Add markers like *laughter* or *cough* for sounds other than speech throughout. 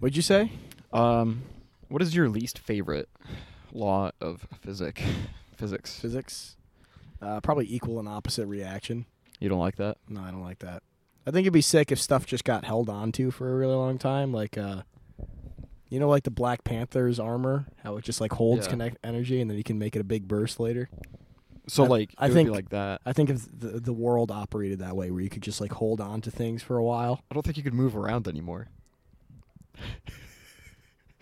What'd you say? Um, what is your least favorite law of physic? Physics. Physics. Uh, probably equal and opposite reaction. You don't like that? No, I don't like that. I think it'd be sick if stuff just got held on to for a really long time, like uh, you know, like the Black Panther's armor, how it just like holds Yeah. connect energy, and then you can make it a big burst later. So I- like, I it would think- be like that. I think if the the world operated that way, where you could just like hold on to things for a while. I don't think you could move around anymore.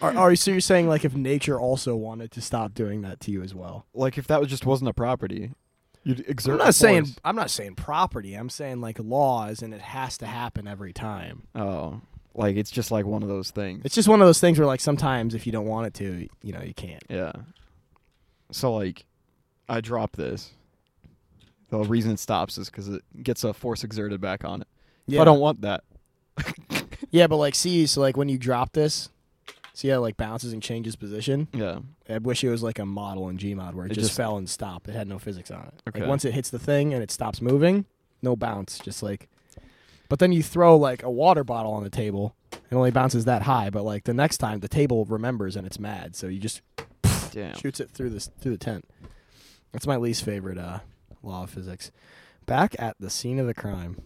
Are, are so you're saying like if nature also wanted to stop doing that to you as well? Like if that was just wasn't a property, you'd exert. I'm a not saying force. I'm not saying property. I'm saying like laws, and it has to happen every time. Oh, like it's just like one of those things. It's just one of those things where like sometimes if you don't want it to, you know, you can't. yeah. So like, I drop this. The reason it stops is because it gets a force exerted back on it. If I don't want that. *laughs* Yeah, but like, see, so like when you drop this, see how it like bounces and changes position. Yeah. I wish it was like a model in Gmod where it, It just, just- fell and stopped. It had no physics on it. Okay. Like once it hits the thing and it stops moving, no bounce, just like. But then you throw like a water bottle on the table. It only bounces that high, but like the next time the table remembers and it's mad, so you just Damn. shoots it through this through the tent. That's my least favorite uh, law of physics. Back at the scene of the crime.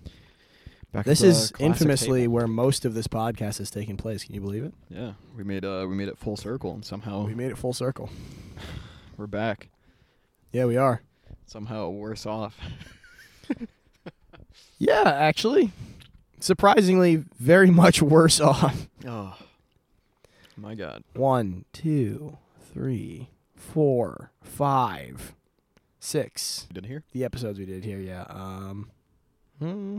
Back to This the is classic infamously table. where most of this podcast is taking place. Can you believe it? Yeah, we made uh we made it full circle, and somehow We made it full circle. we're back. Yeah, we are. Somehow worse off. Yeah, actually, surprisingly, very *laughs* much worse off. Oh my god. One, two, three, four, five, six. You didn't hear? The episodes we did here, yeah. Um, *laughs* and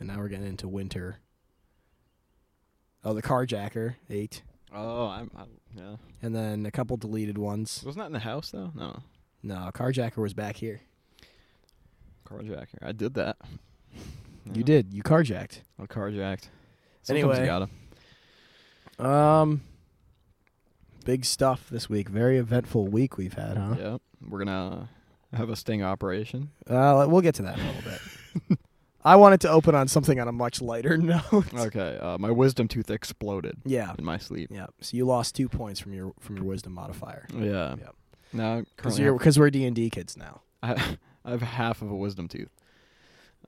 now we're getting into winter. Oh, the carjacker eight, Oh, I'm. I, yeah. and then a couple deleted ones. Wasn't that in the house though? No. No, carjacker was back here. Carjacker. I did that. Uh-huh. You did. You carjacked. I carjacked. Sometimes Anyway. you gotta. Um, big stuff this week. Very eventful week we've had, huh? Yeah. We're gonna have a sting operation. Uh, we'll get to that in a little bit. *laughs* I wanted to open on something on a much lighter *laughs* note. Okay. Uh, my wisdom tooth exploded Yeah, in my sleep. yeah. So you lost two points from your from your wisdom modifier Yeah. Yep. Now because currently you're because we're D and D kids now. I, *laughs* I have half of a wisdom tooth.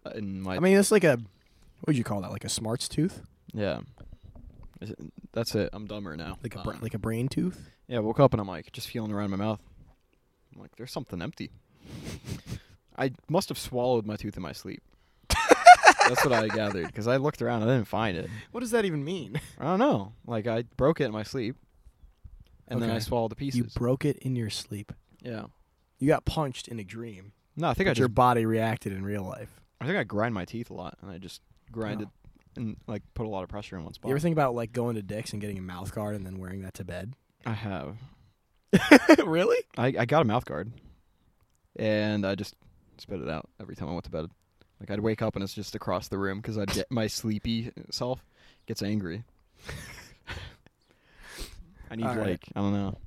Uh, In my I mean, it's like a what would you call that? Like a smarts tooth, Yeah. Is it- That's it. I'm dumber now. like a Um, bra- like a brain tooth. *laughs* yeah, I woke up and I'm like just feeling around my mouth. I'm like, there's something empty. I must have swallowed my tooth in my *laughs* sleep. That's what I gathered because I looked around and I didn't find it. What does that even *laughs* mean? I don't know. Like I broke it in my sleep, and then I Okay. swallowed the You pieces. broke it in your sleep. yeah. You got punched in a dream. No, I think I But just your body reacted in real life. I think I grind my teeth a lot, and I just grinded and like put a lot of pressure in one spot. Oh. You ever think about like going to Dick's and getting a mouth guard and then wearing that to bed? I have. *laughs* really? I, I got a mouth guard, and I just spit it out every time I went to bed. Like I'd wake up and it's just across the room because I'd get my sleepy self gets angry. *laughs* I need All right. like I don't know.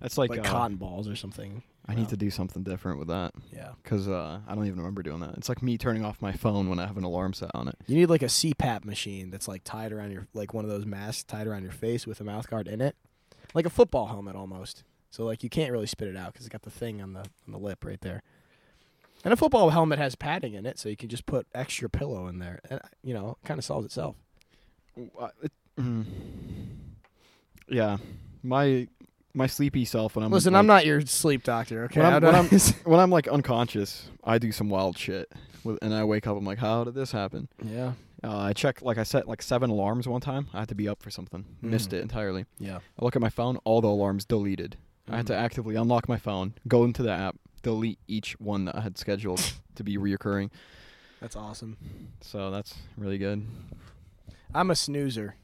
That's like, Like, uh, cotton balls or something. I No. need to do something different with that Yeah. because uh, I don't even remember doing that. It's like me turning off my phone when I have an alarm set on it. You need like a CPAP machine that's like tied around your like one of those masks tied around your face with a mouth guard in it, like a football helmet almost. So like you can't really spit it out because it's got the thing on the on the lip right there. And a football helmet has padding in it, so you can just put extra pillow in there, and uh, you know, it kind of solves itself. Uh, it- mm. Yeah, my my sleepy self when I'm Listen, like, I'm not your sleep doctor, okay? When I'm- I don't- *laughs* when *laughs* when I'm like unconscious, I do some wild shit, with, and I wake up. I'm like, how did this happen? yeah, Uh, I check, like I set like seven alarms one time. I had to be up for something, missed Mhm. it entirely. yeah. I look at my phone, all the alarms deleted. I had to actively unlock my phone, go into the app, delete each one that I had scheduled to be reoccurring. That's awesome. So that's really good. I'm a snoozer.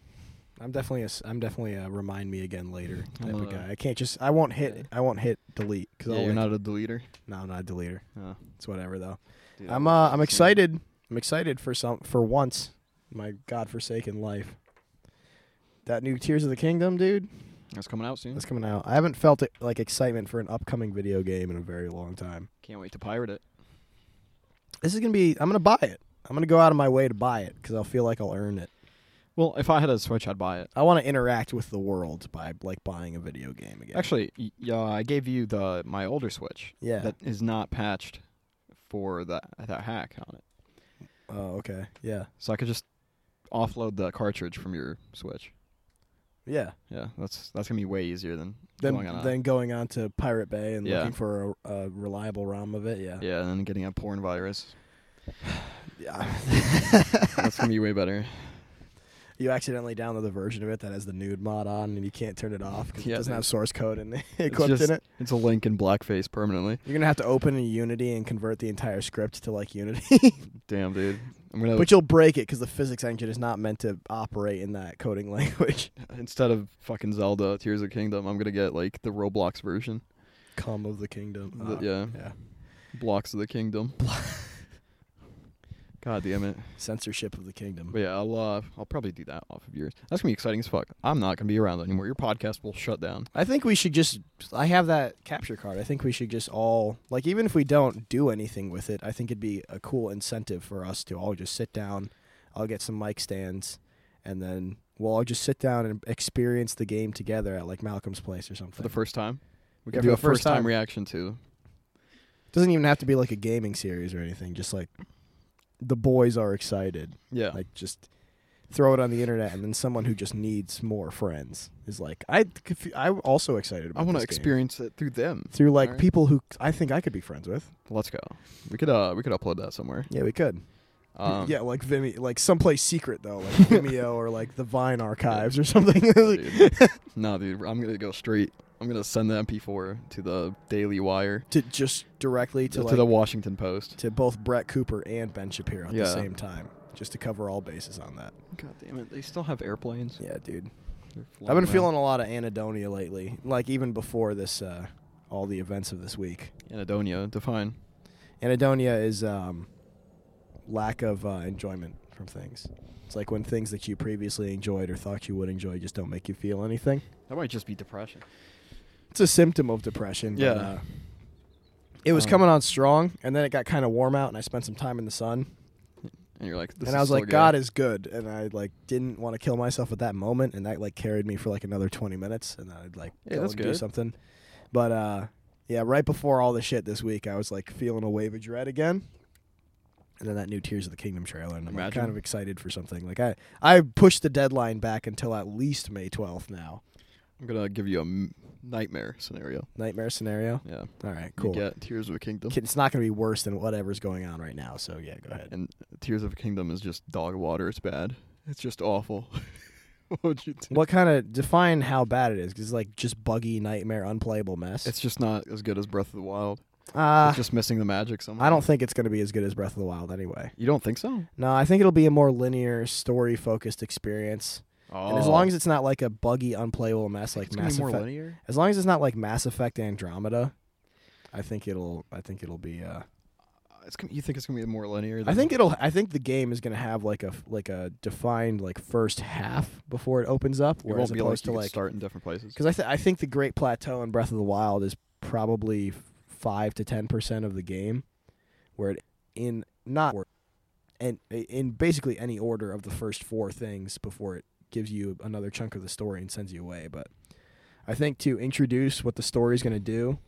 I'm definitely a s- I'm definitely a remind me again later type I'm of a- guy. I can't just I won't hit I won't hit delete because Yeah, I'll you're like, not a deleter. no I'm not a deleter. Uh, It's whatever though. dude, I'm that uh, was I'm insane. excited. I'm excited for some for once, in my godforsaken life. That new Tears of the Kingdom, dude, That's coming out soon. that's coming out. I haven't felt it, like excitement for an upcoming video game in a very long time. Can't wait to pirate it. This is gonna be. I'm gonna buy it. I'm gonna go out of my way to buy it because I'll feel like I'll earn it. Well, if I had a Switch, I'd buy it. I want to interact with the world by like buying a video game again. Actually, y- yeah, I gave you the my older Switch yeah. that is not patched for that that hack on it, oh, okay. Yeah. so I could just offload the cartridge from your Switch. Yeah. Yeah, that's that's gonna be way easier than Then going on. a- then going on to Pirate Bay and Yeah. looking for a, a reliable ROM of it. Yeah. yeah, and then getting a porn virus. Yeah. *laughs* That's gonna be way better. you accidentally download the version of it that has the nude mod on and you can't turn it off because Yeah, it doesn't dude. have source code in it *laughs* It's clipped just- in it. It's a link in blackface permanently. You're gonna have to open in Unity and convert the entire script to like Unity, *laughs* Damn, dude. I'm gonna but you'll break it because the physics engine is not meant to operate in that coding *laughs* language. instead of fucking Zelda Tears of Kingdom, I'm gonna get like the Roblox version. Come of the kingdom. The- Uh, yeah, yeah. blocks of the kingdom. *laughs* God damn it. Censorship of the kingdom. But yeah, I'll uh, I'll probably do that off of yours. That's gonna be exciting as fuck. I'm not gonna be around anymore. Your podcast will shut down. I think we should just. I have that capture card. I think we should just all like, even if we don't do anything with it, I think it'd be a cool incentive for us to all just sit down. I'll get some mic stands, and then we'll all just sit down and experience the game together at like Malcolm's place or For something. the first time. We can Yeah, for do a the first first time time. reaction to Doesn't even have to be like a gaming series or anything. Just like the boys are excited. Yeah. Like just throw it on the internet, and then someone who just needs more friends is like, I. I'm also excited. about I wanna this game." experience it through them. through like Alright. people who I think I could be friends with. Let's go. We could uh we could upload that *laughs* somewhere. Yeah, we could. Um, *laughs* yeah, like Vimeo, like someplace secret though, *laughs* like Vimeo or like the Vine archives or something. *laughs* dude. no, dude, I'm gonna go straight. I'm gonna send the MP4 to the Daily Wire, to just directly to to, like the Washington Post. to both Brett Cooper and Ben Shapiro at the Yeah. same time, just to cover all bases on that. God damn it, they still have airplanes. Yeah, dude. They're I've been flying feeling a lot of anhedonia lately, like even before this, uh, all the events of this week. around. Anadonia. Define. Anhedonia is um, lack of uh, enjoyment from things. It's like when things that you previously enjoyed or thought you would enjoy just don't make you feel anything. That might just be depression. it's a symptom of depression. Yeah. But, uh, it was Um, coming on strong, and then it got kind of warm out, and I spent some time in the sun, And you're like, this and I was like, "God is good," and I like didn't want to kill myself at that moment, and that like carried me for like another twenty minutes, and then I'd like Yeah, go that's and do good. something. But uh, yeah, right before all the shit this week, I was like feeling a wave of dread again, and then that new Tears of the Kingdom trailer, and I'm like, Imagine. kind of excited for something. Like I, I pushed the deadline back until at least May twelfth now. I'm gonna give you a m- nightmare scenario. Nightmare scenario. Yeah, You All right, cool. get Tears of a Kingdom, Kid- it's not going to be worse than whatever's going on right now. So yeah, go ahead. and Tears of a Kingdom is just dog water. It's bad. It's just awful. *laughs* what would you do? What kind of define how bad it is? 'cause it's like just buggy nightmare, unplayable mess. It's just not as good as Breath of the Wild. uh, it's just missing the magic somehow. I don't think it's going to be as good as Breath of the Wild anyway. You don't think so? No, I think it'll be a more linear, story focused experience. Oh. And as long as it's not like a buggy, unplayable mess like it's gonna Mass be more Effect, linear. as long as it's not like Mass Effect Andromeda, I think it'll. I think it'll be. Uh, Uh, It's gonna, you think it's gonna be more linear? I than- think it'll. I think the game is going to have like a like a defined like first half before it opens up, it whereas won't be like opposed you to could like start in different places. Because I, th- I think the Great Plateau in Breath of the Wild is probably f- five to ten percent of the game, where it in not or- and in basically any order of the first four things before it gives you another chunk of the story and sends you away. But I think to introduce what the story is going to do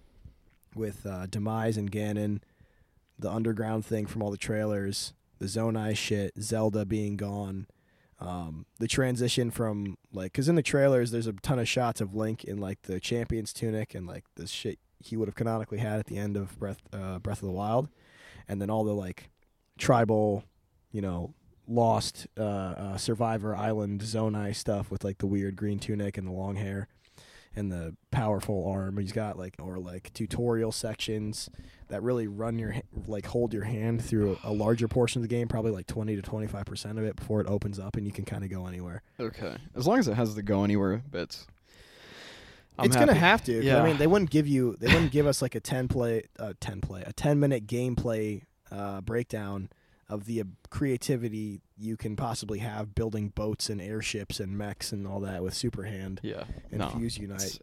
with uh, demise and Ganon, the underground thing from all the trailers, the Zonai shit, Zelda being gone, um, the transition from like because in the trailers there's a ton of shots of Link in like the champion's tunic and like the shit he would have canonically had at the end of Breath uh, Breath of the Wild, and then all the like tribal, you know, lost uh, uh, Survivor Island Zonai stuff with like the weird green tunic and the long hair. And the powerful arm he's got, like, or like tutorial sections that really run your, ha- like, hold your hand through a larger portion of the game, probably like 20 to 25% of it before it opens up and you can kind of go anywhere. okay, as long as it has the go anywhere bits. I'm it's gonna happy. have to. 'cause, Yeah. I mean, they wouldn't give you. They wouldn't give us like a ten play, uh, ten play, a ten minute gameplay uh, breakdown of the uh, creativity you can possibly have building boats and airships and mechs and all that with Superhand Yeah, and no. Fuse Unite. It's-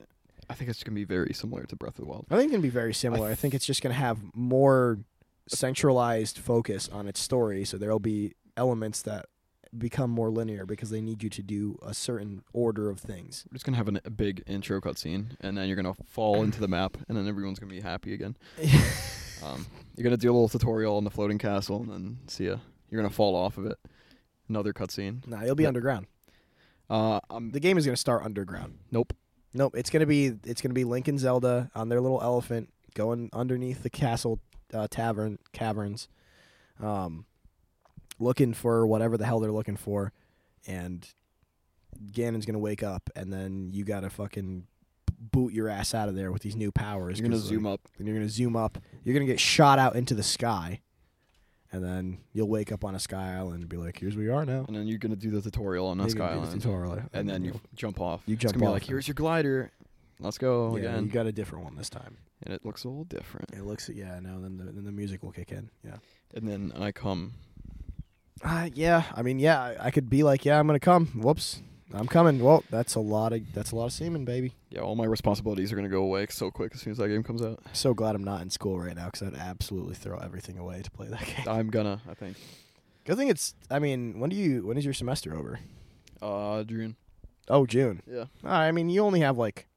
I think it's gonna be very similar to Breath of the Wild. I think it's gonna be very similar. I, th- think it's just gonna have more centralized focus on its story, so there'll be elements that become more linear because they need you to do a certain order *laughs* of things. We're just gonna have an, a big intro cutscene, and then you're gonna fall into the map, and then everyone's gonna be happy again. Um, you're gonna do a little tutorial on the floating castle, and then see ya. You're gonna fall off of it. Another cutscene. nah, you'll be Yep. underground. Uh, um, The game is going to start underground. nope. Nope, it's going to be it's going to be Link and Zelda on their little elephant going underneath the castle uh, tavern caverns, um, looking for whatever the hell they're looking for, and Ganon's going to wake up, and then you got to fucking boot your ass out of there with these new powers. You're gonna 'cause, like, zoom up. and you're gonna zoom up. You're gonna get shot out into the sky, and then you'll wake up on a sky island and be like, "Here's where we are now." and then you're gonna do the tutorial on Nusk You're gonna do this Island, tutorial, and then you jump off. You it's jump gonna be off like, and- here's your glider, let's go Oh, yeah, again, you got a different one this time. and it looks a little different. It looks, yeah, no, then the then the music will kick in. Yeah, And then I come. uh, yeah. I mean, yeah, I, I could be like, "Yeah, I'm gonna come." Whoops, I'm coming. Well, that's a lot of that's a lot of semen, baby. Yeah, all my responsibilities are gonna go away so quick as soon as that game comes *laughs* out. So glad I'm not in school right now because I'd absolutely throw everything away to play that *laughs* game. I'm gonna, I think. Good thing it's. I mean, when do you? When is your semester over? Uh, June. Oh, June. Yeah. All right, I mean, you only have like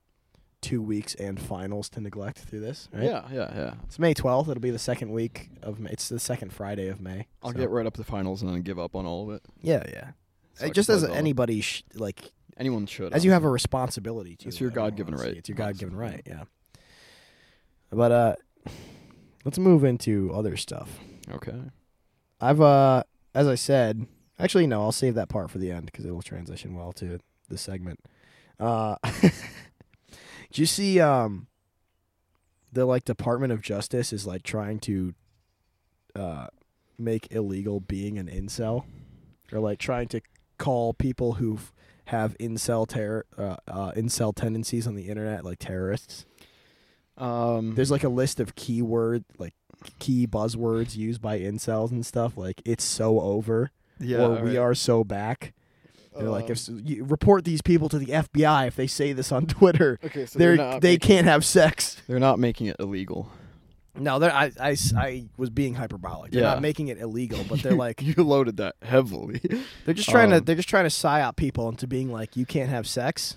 two weeks and finals to neglect through this, right? Yeah, yeah, yeah. It's May 12th. It'll be the second week of May. It's the second Friday of May. I'll so- get right up to finals and then give up on all of it. Yeah, yeah. So I it can just play as Zelda. anybody, sh- like, anyone should. as you have a honestly. responsibility to. It's your in all God-given honesty. right, It's your God given honestly. right, yeah. But, uh, *sighs* let's move into other stuff. Okay. I've uh as I said, actually no, I'll save that part for the end because it'll transition well to the segment. Uh *laughs* Do you see um the like Department of Justice is like trying to uh make illegal being an incel or like trying to call people who have incel terror uh, uh incel tendencies on the internet like terrorists. Um, There's like a list of keyword like key buzzwords used by incels and stuff like it's so over yeah, Um, or we are so back. They're like if s- you report these people to the FBI if they say this on *laughs* Twitter. okay, so they're they're, they not making, can't have sex. they're not making it illegal. No, they're, I, I s- I was being hyperbolic. They're Yeah. not making it illegal, but *laughs* *laughs* they're You- like you loaded that heavily. they're just trying to Um, they're just trying to psyop people into being like you can't have sex.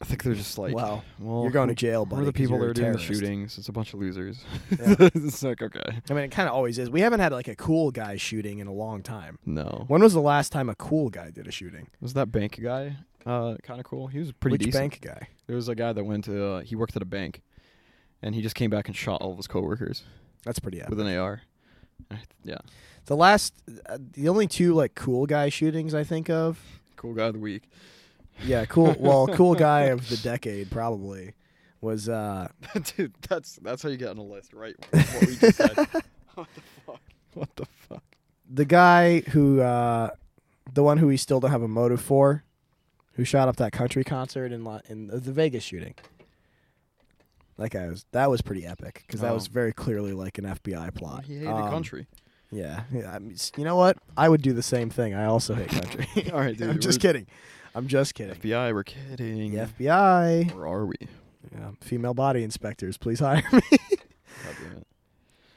I think they're just like, Wow. well, you're going to who- jail, buddy. We're the 'cause people you're that a are doing the terrorist." shootings. It's a bunch of losers. Yeah. *laughs* it's like okay, I mean, it kind of always is. We haven't had like a cool guy shooting in a long time. no. When was the last time a cool guy did a shooting? Was that bank guy uh, kind of cool? He was pretty Which decent. bank guy? There was a guy that went to uh, he worked at a bank, and he just came back and shot all of his coworkers That's pretty epic. with an AR. Uh, *laughs* Yeah, The last, uh, the only two like cool guy shootings I think of. cool guy of the week. *laughs* Yeah, cool. Well, cool guy of the decade probably was. uh Dude, that's that's how you get on a list, right? What we just *laughs* said. what the fuck? What the fuck? the guy who uh the one who we still don't have a motive for who shot up that country concert in La- in the Vegas shooting. That guy was that was pretty epic because that Oh. was very clearly like an FBI plot. He hated Um, country. Yeah, yeah, I mean, s- you know what? I would do the same thing. I also hate country. *laughs* All right, dude. *laughs* I'm just we're- kidding. I'm just kidding. FBI, we're kidding. The FBI, Or are we? yeah, female body inspectors, please hire *laughs* me. God damn it.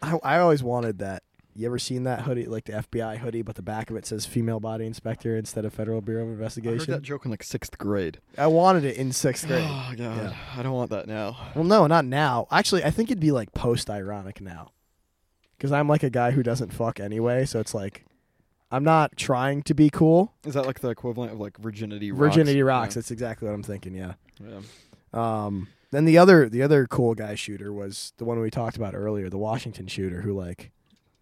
I, I always wanted that. You ever seen that hoodie, like the FBI hoodie, but the back of it says female body inspector instead of Federal Bureau of I heard Investigation? I, that joke in like sixth grade. wanted it in *gasps* sixth grade. Oh god, I don't want that now. well, no, not now. Actually, I think it'd be like post ironic now. Because I'm like a guy who doesn't fuck anyway, so it's like, I'm not trying to be cool. Is that like the equivalent of like virginity? Rocks? Virginity rocks. That's exactly what I'm thinking, yeah. Yeah. Yeah. Um, then the other the other cool guy shooter was the one we talked about earlier, the Washington shooter, who like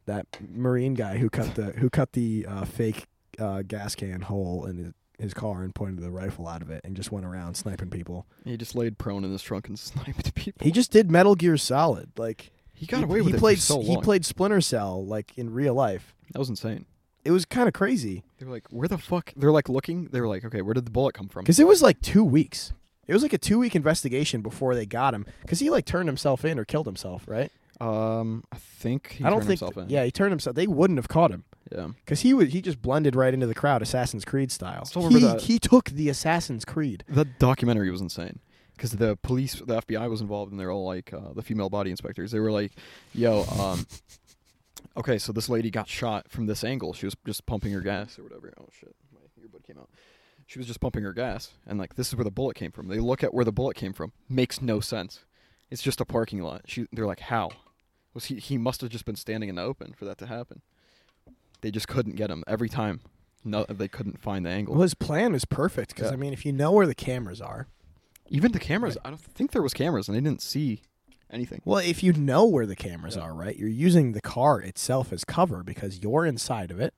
that Marine guy who cut the who cut the uh, fake uh, gas can hole in his, his car and pointed the rifle out of it and just went around sniping people. He just laid prone in his trunk and *laughs* sniped people. He just did Metal Gear Solid. Like He got he, away with he it played for so long. he played Splinter Cell like in real life. That was insane. It was kind of crazy They were like, "Where the fuck?" They're like looking. They were like, "Okay, where did the bullet come from?" because it was like two weeks. It was like a two week investigation before they got him because he like turned himself in or killed himself, right? Um, I think he I don't turned think. himself in. Yeah, he turned himself. They wouldn't have caught him. yeah. Because he was, he just blended right into the crowd, Assassin's Creed style. Still he, remember that- he took the Assassin's Creed. That documentary was insane because the police, the FBI was involved, and they're all like uh, the female body inspectors. They were like, "Yo, um, okay, so this lady got shot from this angle. She was just pumping her gas or whatever. Oh shit, my earbud came out. She was just pumping her gas, and like this is where the bullet came from. They look at where the bullet came from. Makes no sense. It's just a parking lot. She, they're like, how? Was he? He must have just been standing in the open for that to happen. They just couldn't get him every time. No, they couldn't find the angle. Well, his plan was perfect because Yeah. I mean, if you know where the cameras are, Even the cameras. I don't think there was cameras, and they didn't see anything. well, if you know where the cameras Yeah. are, right, you're using the car itself as cover because you're inside of it,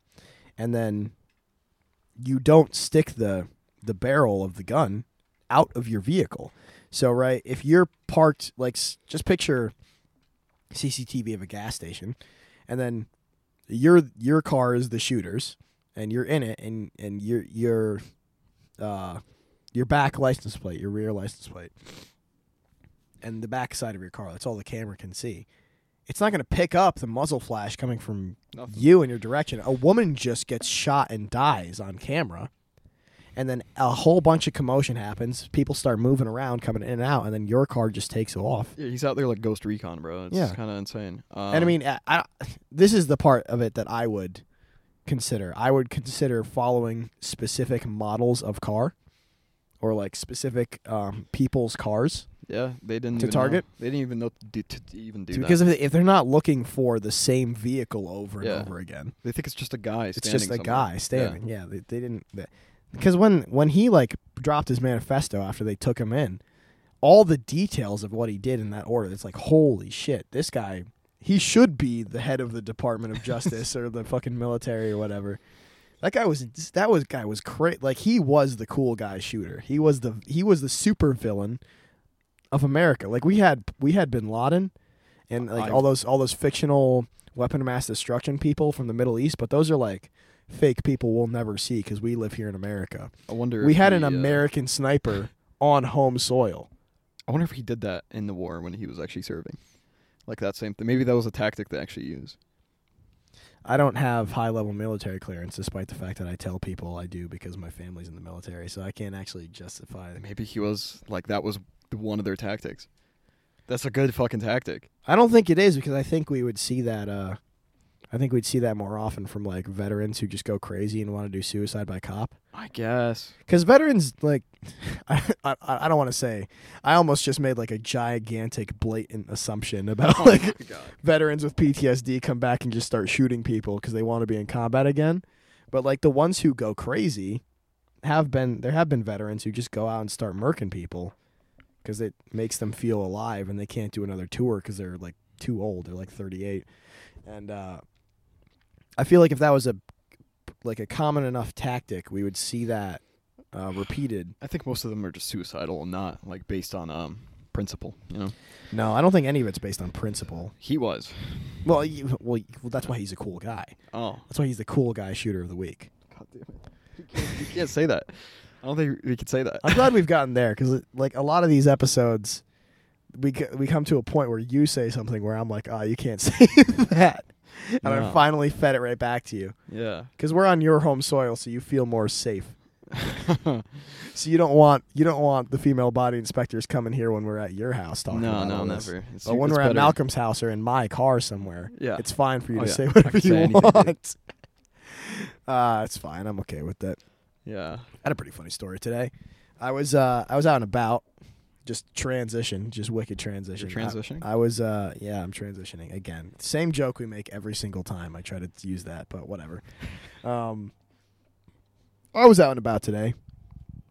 and then you don't stick the the barrel of the gun out of your vehicle. So, right, if you're parked, like, s- just picture CCTV of a gas station, and then your your car is the shooter's, and you're in it, and and your your uh your back license plate, your rear license plate, and the back side of your car. That's all the camera can see. It's not going to pick up the muzzle flash coming from Nothing. you in your direction. A woman just gets shot and dies on camera. And then a whole bunch of commotion happens. People start moving around, coming in and out, and then your car just takes off. Yeah, he's out there like Ghost Recon, bro. It's Yeah. kind of insane. Um, and I mean, I, I, this is the part of it that I would consider. I would consider following specific models of car or like specific um, people's cars. yeah, they didn't even to know. target? They didn't even know to, do, to even do because that. if, if they're not looking for the same vehicle over and Yeah. over again, They think it's just a guy. it's just a standing somewhere. guy standing. Yeah, they, they didn't. Because when when he like dropped his manifesto after they took him in, all the details of what he did in that order, it's like holy shit, this guy. He should be the head of the *laughs* Department of Justice or the fucking military or whatever. That guy was that was guy was crazy. Like he was the cool guy shooter. He was the he was the super villain of America. Like we had we had Bin Laden and like I- all those all those fictional weapon of mass destruction people from the Middle East, but those are like fake people we'll never see because we live here in America. I wonder. We if had he, an uh, American sniper on home soil. I wonder if he did that in the war when he was actually serving, like that same thing. Maybe that was a tactic they actually used. I don't have high level military clearance, despite the fact that I tell people I do because my family's in the military, so I can't actually justify. Maybe he was like that was one of their tactics. That's a good fucking tactic. I don't think it is because I think we would see that. Uh, I think we'd see that more often from like veterans who just go crazy and want to do suicide by cop. I *laughs* guess. Because veterans, like, *laughs* I, I, I don't want to say, I almost just made like a gigantic, blatant *laughs* assumption about like veterans with PTSD come back and just start shooting people because they want to be in combat again. But like the ones who go crazy have been, there have been veterans who just go out and start murking people because it makes them feel alive and they can't do another tour because they're like too old. They're like 38. And, uh, I feel like if that was a, like a common enough tactic, we would see that, uh, repeated. I think most of them are just suicidal and not like based on um principle. You know, No, I don't think any of it's based on principle. he was. Well, you, well, you- well, that's why he's a cool guy. Oh, *laughs* That's why he's the cool guy shooter of the week. God damn it. You can't, you can't say that. I don't think we could say that. I'm glad we've gotten there because like a lot of these episodes, we c- we come to a point where you say something where I'm like, oh, you can't *laughs* say that, and I No. finally fed it right back to you *laughs* *laughs* yeah. because we're on your home soil, so you feel more safe. So you don't want you don't want the female body inspectors coming here when we're at your house talking. no, about no, all never. this. It's- But when it's we're better- at Malcolm's house or in my car somewhere, Yeah. it's fine for you Oh, to yeah. say *laughs* I whatever can say you anything, dude. want. *laughs* uh, it's fine. I'm okay with it. Yeah. I had a pretty funny story today. I was uh, I was out and about, just transition, just wicked transition. You're transitioning? I, I was uh, yeah, I'm transitioning again. Same joke we make every single time. I try to use that, but whatever. *laughs* Um, I was out and about today. I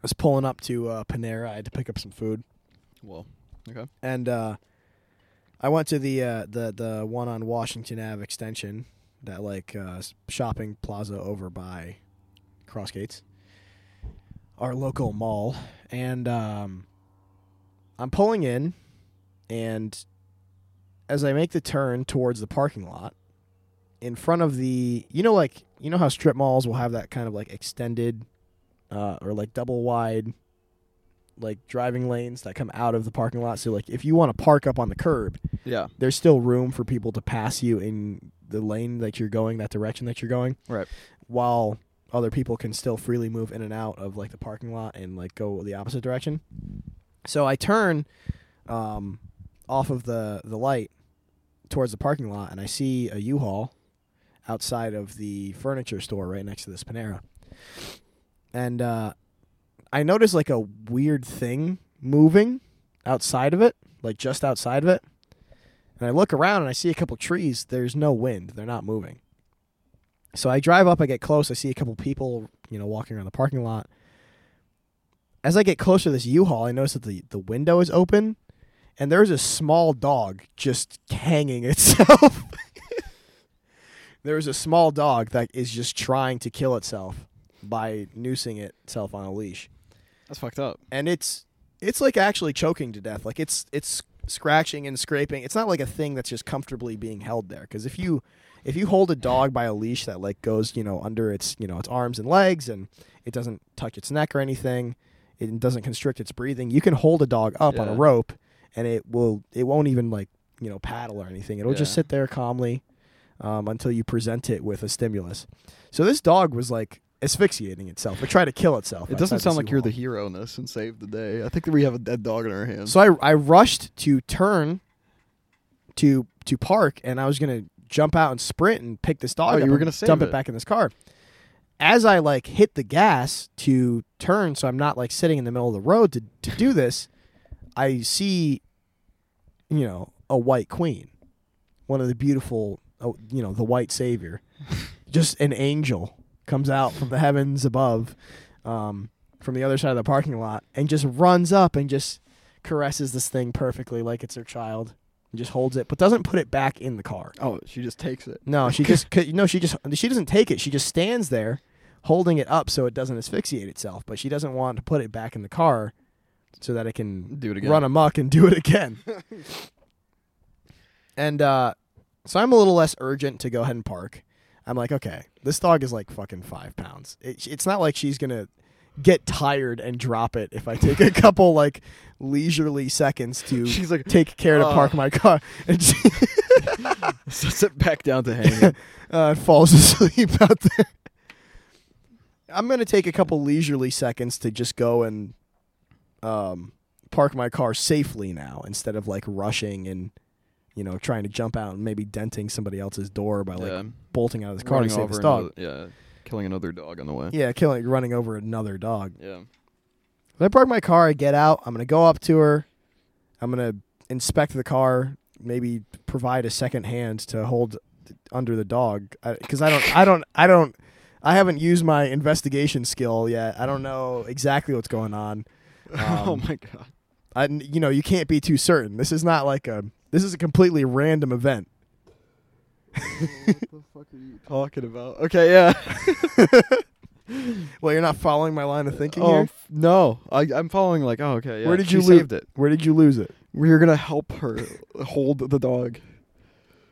was pulling up to uh, Panera. I had to pick up some food, Well. Okay. and uh, I went to the uh, the the one on Washington Ave extension, that like uh, s- shopping plaza over by Crossgates, our local mall, and um, I'm pulling in, and as I make the turn towards the parking lot, in front of the you know like you know how strip malls will have that kind of like extended uh, or like double wide like driving lanes that come out of the parking lot so like if you want to park up on the curb Yeah. there's still room for people to pass you in the lane that you're going that direction that you're going Right. while other people can still freely move in and out of like the parking lot and like go the opposite direction. So I turn um, off of the the light towards the parking lot, and I see a U-Haul outside of the furniture store right next to this Panera, and uh, I notice like a weird thing moving outside of it, like just outside of it, and I look around and I see a couple trees. There's no wind; they're not moving. So I drive up, I get close, I see a couple people, you know, walking around the parking lot as I get closer to this U-Haul, I notice that the, the window is open, and there's a small dog just hanging *laughs* itself. there's a small dog that is just trying to kill itself by noosing itself on a leash, That's fucked up. and it's it's like actually choking to death. Like it's it's scratching and scraping. It's not like a thing that's just comfortably being held there. Because if you if you hold a dog by a leash that like goes you know under its you know its arms and legs and it doesn't touch its neck or anything, it doesn't constrict its breathing. You can hold a dog up on a Yeah. rope, and it will it won't even like you know paddle or anything. It'll just Yeah. sit there calmly um, until you present it with a stimulus. So this dog was like asphyxiating itself. It tried to kill itself. It doesn't outside sound this like you're U-Haul. the hero in this and saved the day. I think that we have a dead dog in our hands. So I I rushed to turn to to park, and I was gonna jump out and sprint and pick this dog. Oh, up you were and gonna save dump it. it. back in this car. As I like hit the gas to turn, so I'm not like sitting in the middle of the road to to do this, I see, you know, a white queen, one of the beautiful, oh, you know, the white *laughs* savior, just an angel comes out from the heavens above, um, from the other side of the parking lot, and just runs up and just caresses this thing perfectly like it's her child, and just holds it, but doesn't put it back in the car. oh, she just takes it. *laughs* No, she just could- no, she just she doesn't take it. She just stands there, holding it up so it doesn't asphyxiate itself. But she doesn't want to put it back in the car, so that it can Do it again. run amok and do it *laughs* again. and uh, so I'm a little less urgent to go ahead and park. I'm like, okay, this dog is like fucking five pounds. It, it's not like she's gonna get tired and drop it if I take a *laughs* couple like leisurely seconds *laughs* to She's *laughs* like, take care to "Ugh." park my car. *laughs* And she- sets it back down to *laughs* hang. uh, falls asleep out there. I'm gonna take a couple leisurely seconds to just go and um, park my car safely now, instead of like rushing and you know trying to jump out and maybe denting somebody else's door by like yeah, bolting out of this car to running save over this dog. another- yeah, killing another dog on the way. Yeah, killing, running over another dog. Yeah. But I park my car. I get out. I'm gonna go up to her. I'm gonna inspect the car. Maybe provide a second hand to hold under the dog because I don't. I don't. I don't. I haven't used my investigation skill yet. I don't know exactly what's going on. *laughs* oh Um, my god. I, you know, you can't be too certain. This is not like a. This is a completely random event. what the fuck are you talking about? Okay, yeah. Well, you're not following my line of thinking oh here. f- no, I, I'm following. Like, oh, okay. Yeah. Where did she you lose saved it? Where did you lose it? We were gonna help her hold the dog.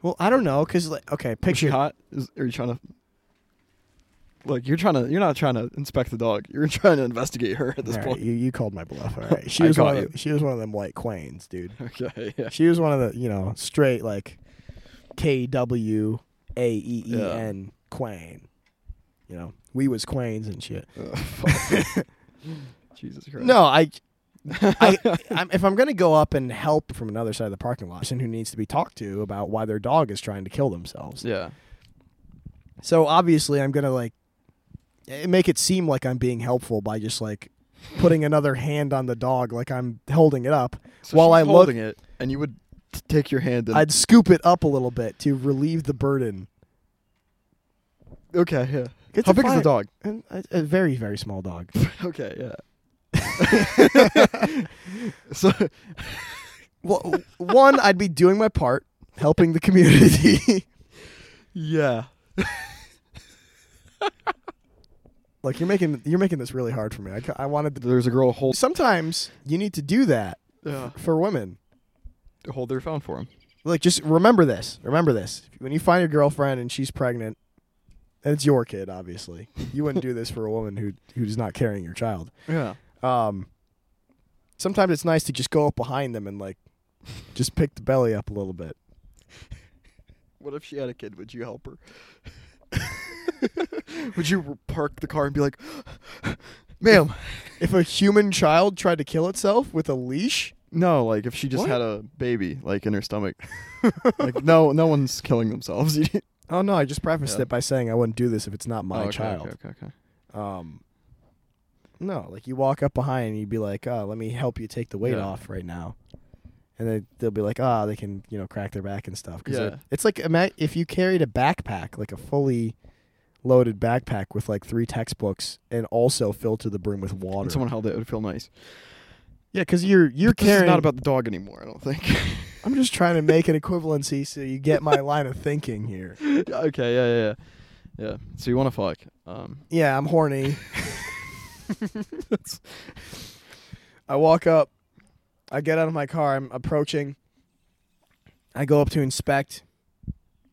Well, I don't know because like, okay, Is she picture. hot? Is, are you trying to? Like you're trying to, you're not trying to inspect the dog. You're *laughs* trying to investigate her at this All right, point. *laughs* you, you called my bluff. All right, she I was got one. Of you. the, she was one of them white queens, dude. Okay, *laughs* yeah. She was one of the you know straight like K W A E E N Quain. You know, we was quains and shit. Oh, fuck. Jesus Christ. No, *laughs* I, I, I'm, if I'm gonna go up and help from another side of the parking lot, person who needs to be talked to about why their dog is trying to kill themselves. Yeah. So obviously, I'm gonna like eh, make it seem like I'm being helpful by just like putting another hand on the dog, like I'm holding it up. So While she's I look- holding it, and you would t- take your hand and I'd scoop it up a little bit to relieve the burden. okay, yeah. It's How a big is the fine- dog? *laughs* And a, a very, very small dog. *laughs* okay, yeah. *laughs* so Well, one, I'd be doing my part, helping the community. *laughs* yeah, like you're making you're making this really hard for me. I, ca- I wanted to. there's a girl hold Sometimes you need to do that yeah. for women. hold their phone for him. Like, just remember this. Remember this. When you find your girlfriend and she's pregnant, and it's your kid, obviously, you wouldn't do this for a woman who who's not carrying your child. Yeah. Um, sometimes it's nice to just go up behind them and like just pick the belly up a little bit. What if she had a kid? Would you help her? *laughs* would you park the car and be like, *gasps* "Ma'am, If a human child tried to kill itself with a leash, No, like if she just What? had a baby like in her stomach. *laughs* like no, no one's killing themselves. *laughs* You- *laughs* Oh no, I just prefaced Yeah. it by saying I wouldn't do this if it's not my Oh, okay, child. Okay, okay, okay. Um, no, like you walk up behind and you'd be like, "Uh, let me help you take the weight Yeah. off right now," and then they'll be like, "Ah, they can you know crack their back and stuff." Cause Yeah. they're- it's like ima- if you carried a backpack, like a fully loaded backpack with like three textbooks and also filled to the brim with water. When someone held it, it would feel nice. yeah, because you're you're But This carrying. is not about the dog anymore. I don't think. I'm just trying to make an equivalency so you get my line of thinking here. *laughs* okay, yeah, yeah, yeah. Yeah. So you want to fuck? Um, Yeah, I'm horny. I walk up. I get out of my car. I'm approaching. I go up to inspect.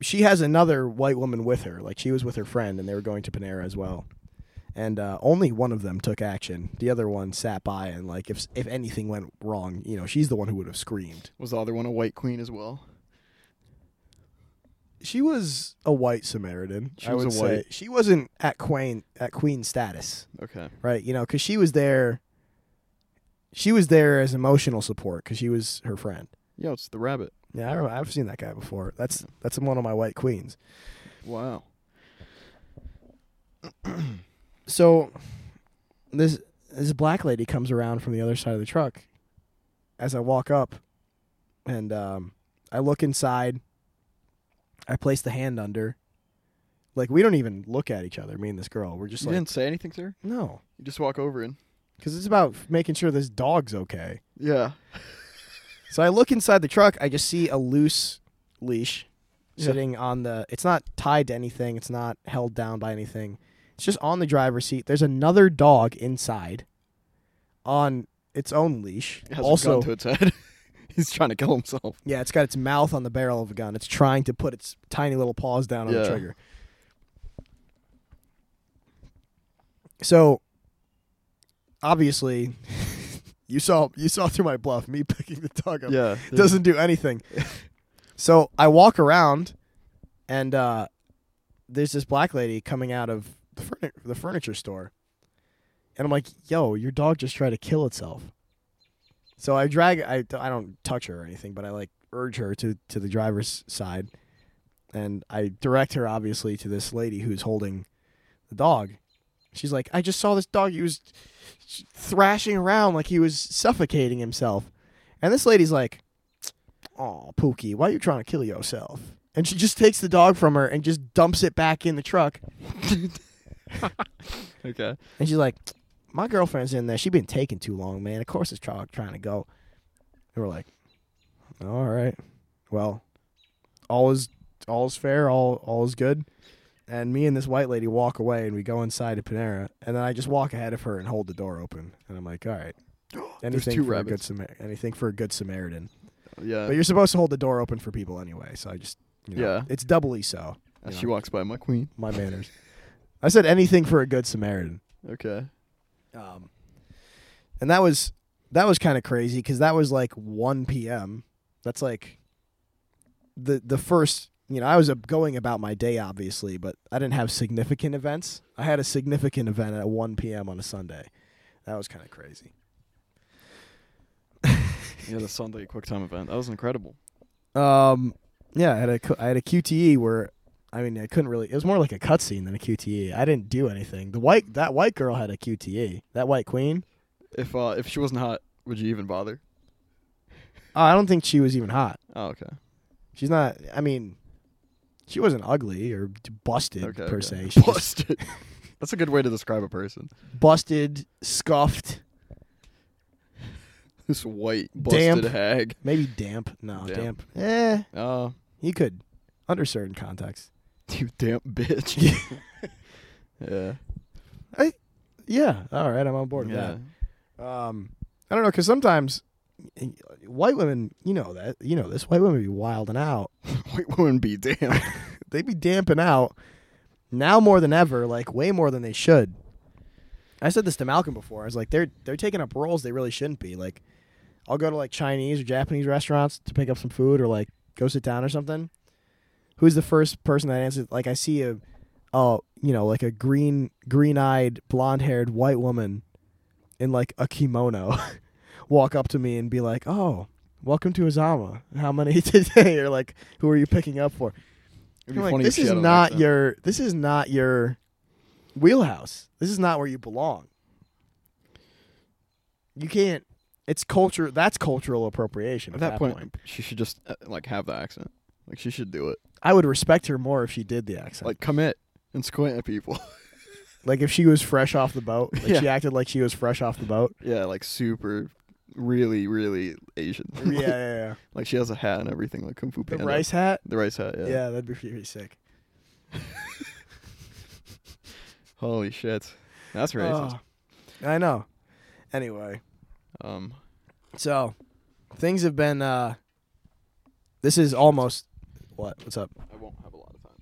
She has another white woman with her. Like she was with her friend, and they were going to Panera as well. And uh, only one of them took action. The other one sat by and like if if anything went wrong, you know, she's the one who would have screamed. was the other one a white queen as well? She was a white Samaritan. She I was would a say she wasn't at queen at queen status. Okay. right? You know, because she was there. She was there as emotional support because she was her friend. Yeah, it's the rabbit. Yeah, I remember, I've seen that guy before. That's that's one of my white queens. Wow. So this this black lady comes around from the other side of the truck as I walk up, and um, I look inside. I place the hand under. Like we don't even look at each other. Me and this girl, we're just you like didn't say anything to her. no, You just walk over and because it's about making sure this dog's okay. yeah. So I look inside the truck. I just see a loose leash Yeah. sitting on the. It's not tied to anything. It's not held down by anything. It's just on the driver's seat. There's another dog inside, on its own leash. It has a gun also, to its head. *laughs* He's trying to kill himself. yeah, it's got its mouth on the barrel of a gun. It's trying to put its tiny little paws down on the Yeah. trigger. So, obviously, *laughs* you saw you saw through my bluff. Me *laughs* picking the dog up Yeah. *laughs* doesn't do anything. So I walk around, and uh, there's this black lady coming out of the, furni- the furniture store, and I'm like, "Yo, your dog just tried to kill itself." So I drag. I I don't touch her or anything, but I like urge her to to the driver's side, and I direct her obviously to this lady who's holding the dog. She's like, "I just saw this dog. He was thrashing around like he was suffocating himself," and this lady's like. Oh, Pookie, why you trying to kill yourself? And she just takes the dog from her and just dumps it back in the truck. okay. And she's like, My girlfriend's in there. She been taking too long, man. Of course this dog trying to go. And we're like, All right. Well, all is all is fair, all all is good. And me and this white lady walk away and we go inside of Panera and then I just walk ahead of her and hold the door open. And I'm like, All right. There's Anything two for a good rabbits. Samar- anything for a good Samaritan. Yeah. But you're supposed to hold the door open for people anyway, so I just you know, Uh, Yeah. it's doubly so. As you she know. walks by, my queen. My manners. I said anything for a good Samaritan, Okay. um, and that was that was kind of crazy because that was like 1 p.m. That's like the the first. You know, I was uh, going about my day obviously, but I didn't have significant events. I had a significant event at 1 p.m. on a Sunday. That was kind of crazy. Yeah, the Sunday quick time event. That was incredible. Um, yeah, I had a cu- I had a QTE where, I mean, I couldn't really. It was more like a cutscene than a QTE. I didn't do anything. The white that white girl had a QTE. That white queen. If uh if she wasn't hot, would you even bother? Oh, I don't think she was even hot. Oh, okay. She's not. I mean, she wasn't ugly or d- busted Okay. per okay. *laughs* se. She was *laughs* Busted. That's a good way to describe a person. busted, scuffed, This white busted Damp. hag. maybe damp. No, damp. Damp. Eh, Oh, he could under certain contexts. you damp *laughs* bitch. *laughs* yeah. Yeah. All right, I'm on board with that. Yeah. Um, I don't know because sometimes white women, you know that, you know this, white women be wilding out. *laughs* White woman be *laughs* damp. They be damping out now more than ever, like way more than they should. I said this to Malcolm before. I was like, they're they're taking up roles they really shouldn't be. Like, I'll go to like Chinese or Japanese restaurants to pick up some food or like go sit down or something. Who's the first person that answers? Like, I see a, oh, you know, like a green green eyed blonde haired white woman in like a kimono. *laughs* walk up to me and be like, "Oh, welcome to Azama. How many *laughs* today?" Or like, "Who are you picking up for?" It'd be I'm like, funny if this she is had a not laptop. your this is not your wheelhouse. This is not where you belong. You can't. It's culture. That's cultural appropriation. At that, point, she should just uh, like have the accent. Like she should do it. I would respect her more if she did the accent. Like, Like commit and squint at people. if she was fresh off the boat. *laughs* Like Yeah. she acted like she was fresh off *laughs* the boat. yeah, like super, really, really Asian. yeah, yeah, yeah. *laughs* like she has a hat and everything, like Kung Fu *laughs* The Panda. rice hat. The rice hat. Yeah. Yeah. that'd be pretty sick. Holy shit, that's racist. Oh, I know. Anyway, Ah. Um, so things have been. uh This is almost. What? What's up? I won't have a lot of time.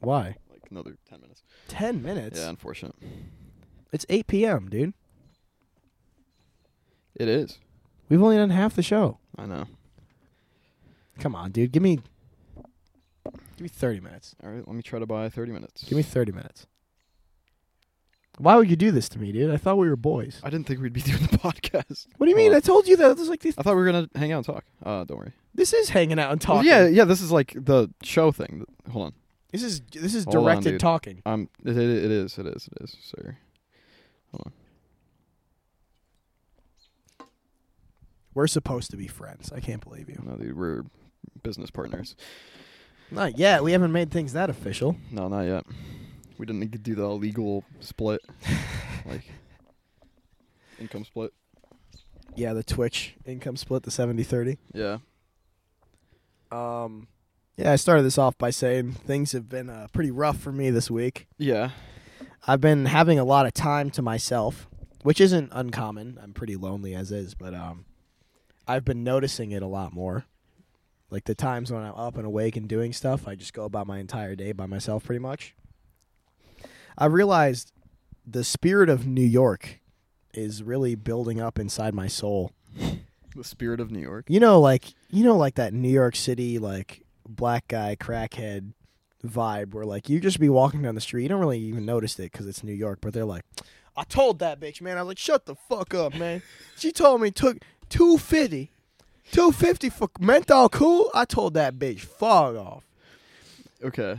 Why? Like another ten minutes. Ten minutes. yeah, unfortunate. It's 8 p.m., dude. It is. We've only done half the show. I know. Come on, dude. Give me give me 30 minutes. All right, let me try to buy thirty minutes. Give me 30 minutes. Why would you do this to me, dude? I thought we were boys. I didn't think we'd be *laughs* doing the podcast. What do you mean? Hold on. I told you that. This is like this, I thought we were gonna hang out and talk. Uh, don't worry. this is hanging out and Well, talking. yeah, yeah. This is like the show thing. Hold on. This is this is Hold on, directed dude. talking. Um, it, it, it is, it is, it is, sir. We're supposed to be friends. I can't believe you. No, dude, we're business partners. Not yet. We haven't made things that official. No, not yet. We didn't need to do the legal *laughs* split, like income split. Yeah, the Twitch income split, the 70 30. Yeah, Um, yeah, I started this off by saying things have been uh, pretty rough for me this week. yeah. I've been having a lot of time to myself, which isn't uncommon. I'm pretty lonely as is, but um, I've been noticing it a lot more. Like the times when I'm up and awake and doing stuff, I just go about my entire day by myself pretty much. I realized the spirit of New York is really building up inside my soul. The spirit of New York. You know, like you know, like that New York City like black guy crackhead vibe, where like you just be walking down the street, you don't really even notice it because it's New York, but they're like, I told that bitch, man. I was like, shut the fuck up, man. She told me it took two fifty. 250 for menthol cool? I told that bitch, fog off. Okay.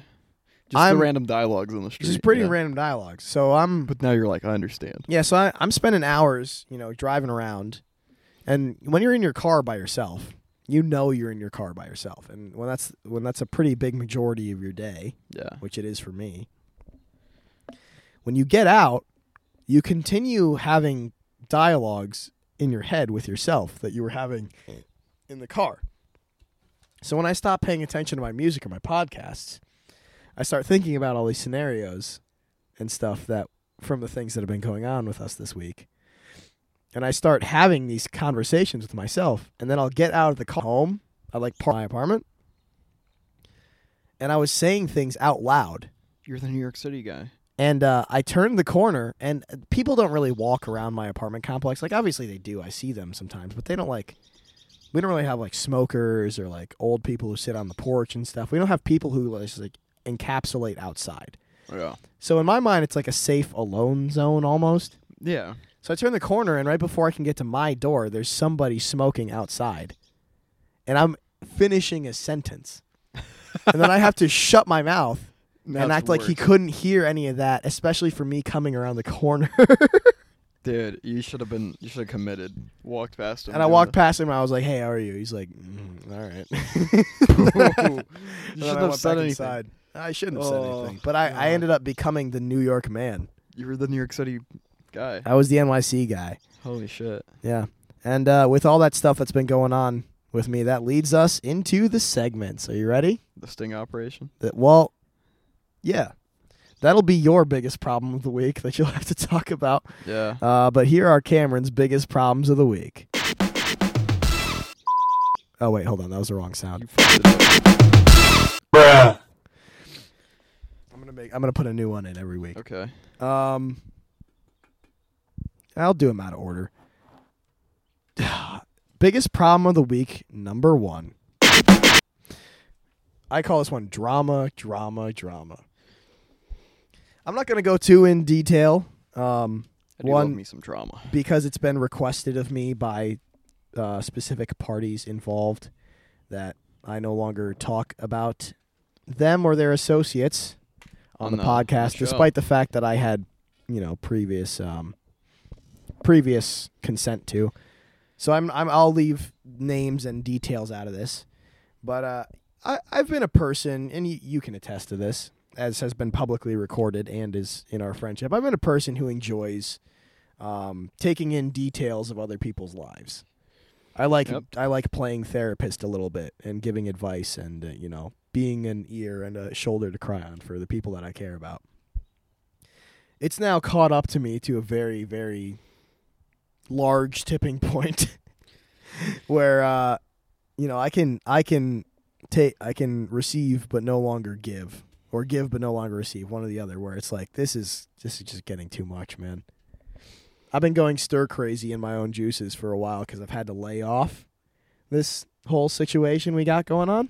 Just I'm- the random dialogues on the street. This is pretty yeah. random dialogue. So I'm But now you're like, I understand. Yeah, so I, I'm spending hours, you know, driving around, and when you're in your car by yourself, you know you're in your car by yourself, and when that's when that's a pretty big majority of your day, Yeah. which it is for me. When you get out, you continue having dialogues in your head with yourself that you were having in the car. So when I stop paying attention to my music or my podcasts, I start thinking about all these scenarios and stuff that from the things that have been going on with us this week. And I start having these conversations with myself, and then I'll get out of the car home. I like park my apartment, and I was saying things out loud. You're the New York City guy. And uh, I turned the corner, and people don't really walk around my apartment complex. Like, obviously they do. I see them sometimes, but they don't like. We don't really have like smokers or like old people who sit on the porch and stuff. We don't have people who like, just, like encapsulate outside. Yeah. So in my mind, it's like a safe alone zone almost. Yeah. So I turn the corner, and right before I can get to my door, there's somebody smoking outside. And I'm finishing a sentence. and then I have to shut my mouth and act like he couldn't hear any of that, especially for me coming around the corner. *laughs* Dude, you should have been. You should have committed. Walked past him. and I walked past him, and I was like, hey, how are you? He's like, mm, all right. *laughs* *laughs* And you then shouldn't I have went said back anything. inside. I shouldn't have said Oh, anything. But I, I God. ended up becoming the New York man. You were the New York City guy. I was the NYC guy. Holy shit. Yeah. And uh, with all that stuff that's been going on with me, that leads us into the segments. Are you ready? The sting operation. That well, yeah, that'll be your biggest problem of the week that you'll *laughs* have to talk about. Yeah. Uh, but here are Cameron's biggest problems of the week. Oh wait, hold on, that was the wrong sound. You fucked it up. I'm gonna make. I'm gonna put a new one in every week. Okay. Um, I'll do them out of order. *sighs* Biggest problem of the week, number one. I call this one drama, drama, drama. I'm not going to go too in detail. Um, I do love One- me some drama. because it's been requested of me by uh, specific parties involved that I no longer talk about them or their associates on, On the, the- on the podcast, show. despite the fact that I had, you know, previous um, previous consent to. So I'm, I'm I'll leave names and details out of this, but uh, I I've been a person, and you, you can attest to this, as has been publicly recorded and is in our friendship. I've been a person who enjoys um, taking in details of other people's lives. I like Yep. I like playing therapist a little bit and giving advice and uh, you know being an ear and a shoulder to cry on for the people that I care about. It's now caught up to me to a very very large tipping *laughs* point where uh, you know I can I can take I can receive but no longer give or give but no longer receive one or the other where it's like this is this is just getting too much man. I've been going stir crazy in my own juices for a while because I've had to lay off this whole situation we got going on,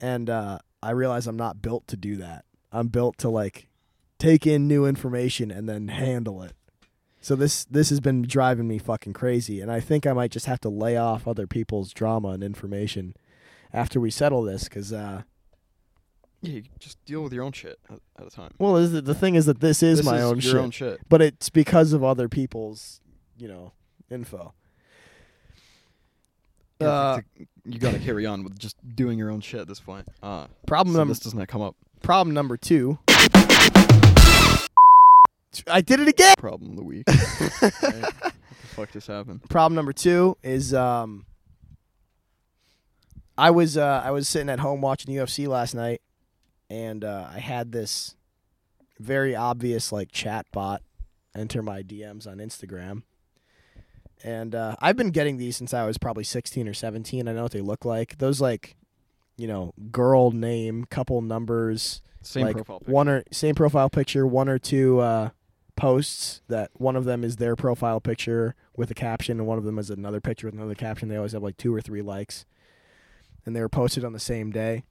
and uh, I realize I'm not built to do that. I'm built to like take in new information and then handle it. So this this has been driving me fucking crazy, and I think I might just have to lay off other people's drama and information after we settle this because uh, Yeah, you just deal with your own shit at, at a time. well, is the thing is that this is This my own your shit. own shit. but it's because of other people's, you know, info. Yeah, Uh, it's like- you got to carry on with just doing your own shit at this point. Uh, Problem so number this doesn't come up. problem *coughs* number two. I did it again. Problem of the *laughs* week. right? What the fuck just happened? Problem number two is um. I was uh, I was sitting at home watching UFC last night, and uh, I had this very obvious like chat bot enter my DMs on Instagram, and uh, I've been getting these since I was probably sixteen or seventeen. I know what they look like. Those like, you know, girl name, couple numbers, Same like profile. Picture. one or same profile picture, one or two uh, posts that one of them is their profile picture with a caption, and one of them is another picture with another caption. They always have like two or three likes, and they were posted on the same day.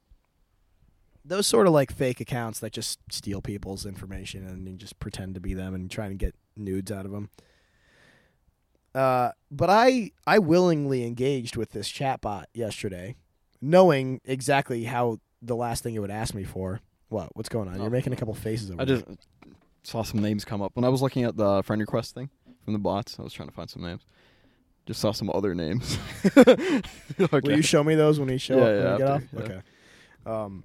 Those sort of like fake accounts that just steal people's information and then just pretend to be them and try and get nudes out of them. Uh, but I I willingly engaged with this chatbot yesterday, knowing exactly how the last thing it would ask me for. What what's going on? You're making a couple faces over. Oh. I there. just saw some names come up when I was looking at the friend request thing from the bots. I was trying to find some names. Just saw some other names. *laughs* okay. Will you show me those when we show Yeah, up? when yeah, we get after, off? Okay. Um,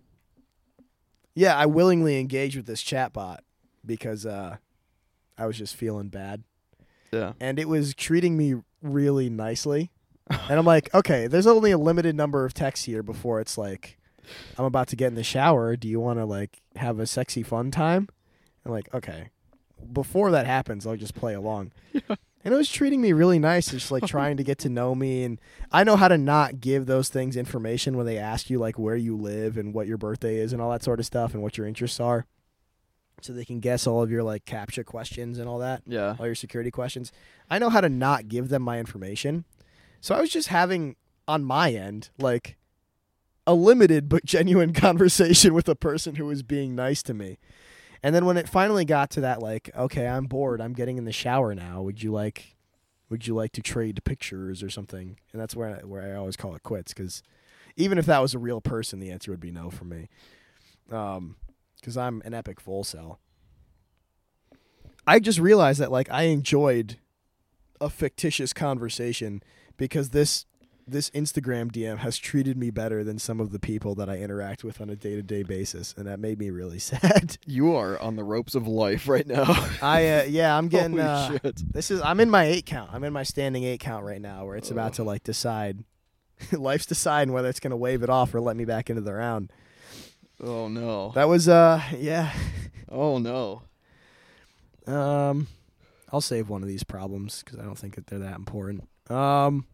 yeah, I willingly engaged with this chatbot because uh, I was just feeling bad, yeah. and it was treating me really nicely. And I'm like, okay, there's only a limited number of texts here before it's like, I'm about to get in the shower. Do you want to like have a sexy fun time? I'm like, okay. Before that happens, I'll just play along. And it was treating me really nice, just like trying to get to know me. And I know how to not give those things information when they ask you like where you live and what your birthday is and all that sort of stuff and what your interests are, so they can guess all of your like captcha questions and all that Yeah. all your security questions. I know how to not give them my information. So I was just having on my end like a limited but *laughs* genuine conversation with a person who was being nice to me. And then when it finally got to that like, okay, I'm bored. I'm getting in the shower now. Would you like would you like to trade pictures or something? And that's where I, where I always call it quits cuz even if that was a real person, the answer would be no for me. Um cuz I'm an epic full cell. I just realized that like I enjoyed a fictitious conversation because this this Instagram DM has treated me better than some of the people that I interact with on a day to day basis, and that made me really *laughs* sad. You are on the ropes of life right now. *laughs* I uh, yeah, I'm getting Holy uh, shit. this is I'm in my eight count. I'm in my standing eight count right now, where it's about to like decide. *laughs* Life's deciding whether it's gonna wave it off or let me back into the round. Oh no. That was uh yeah. Oh no. Um, I'll save one of these problems because I don't think that they're that important. Um,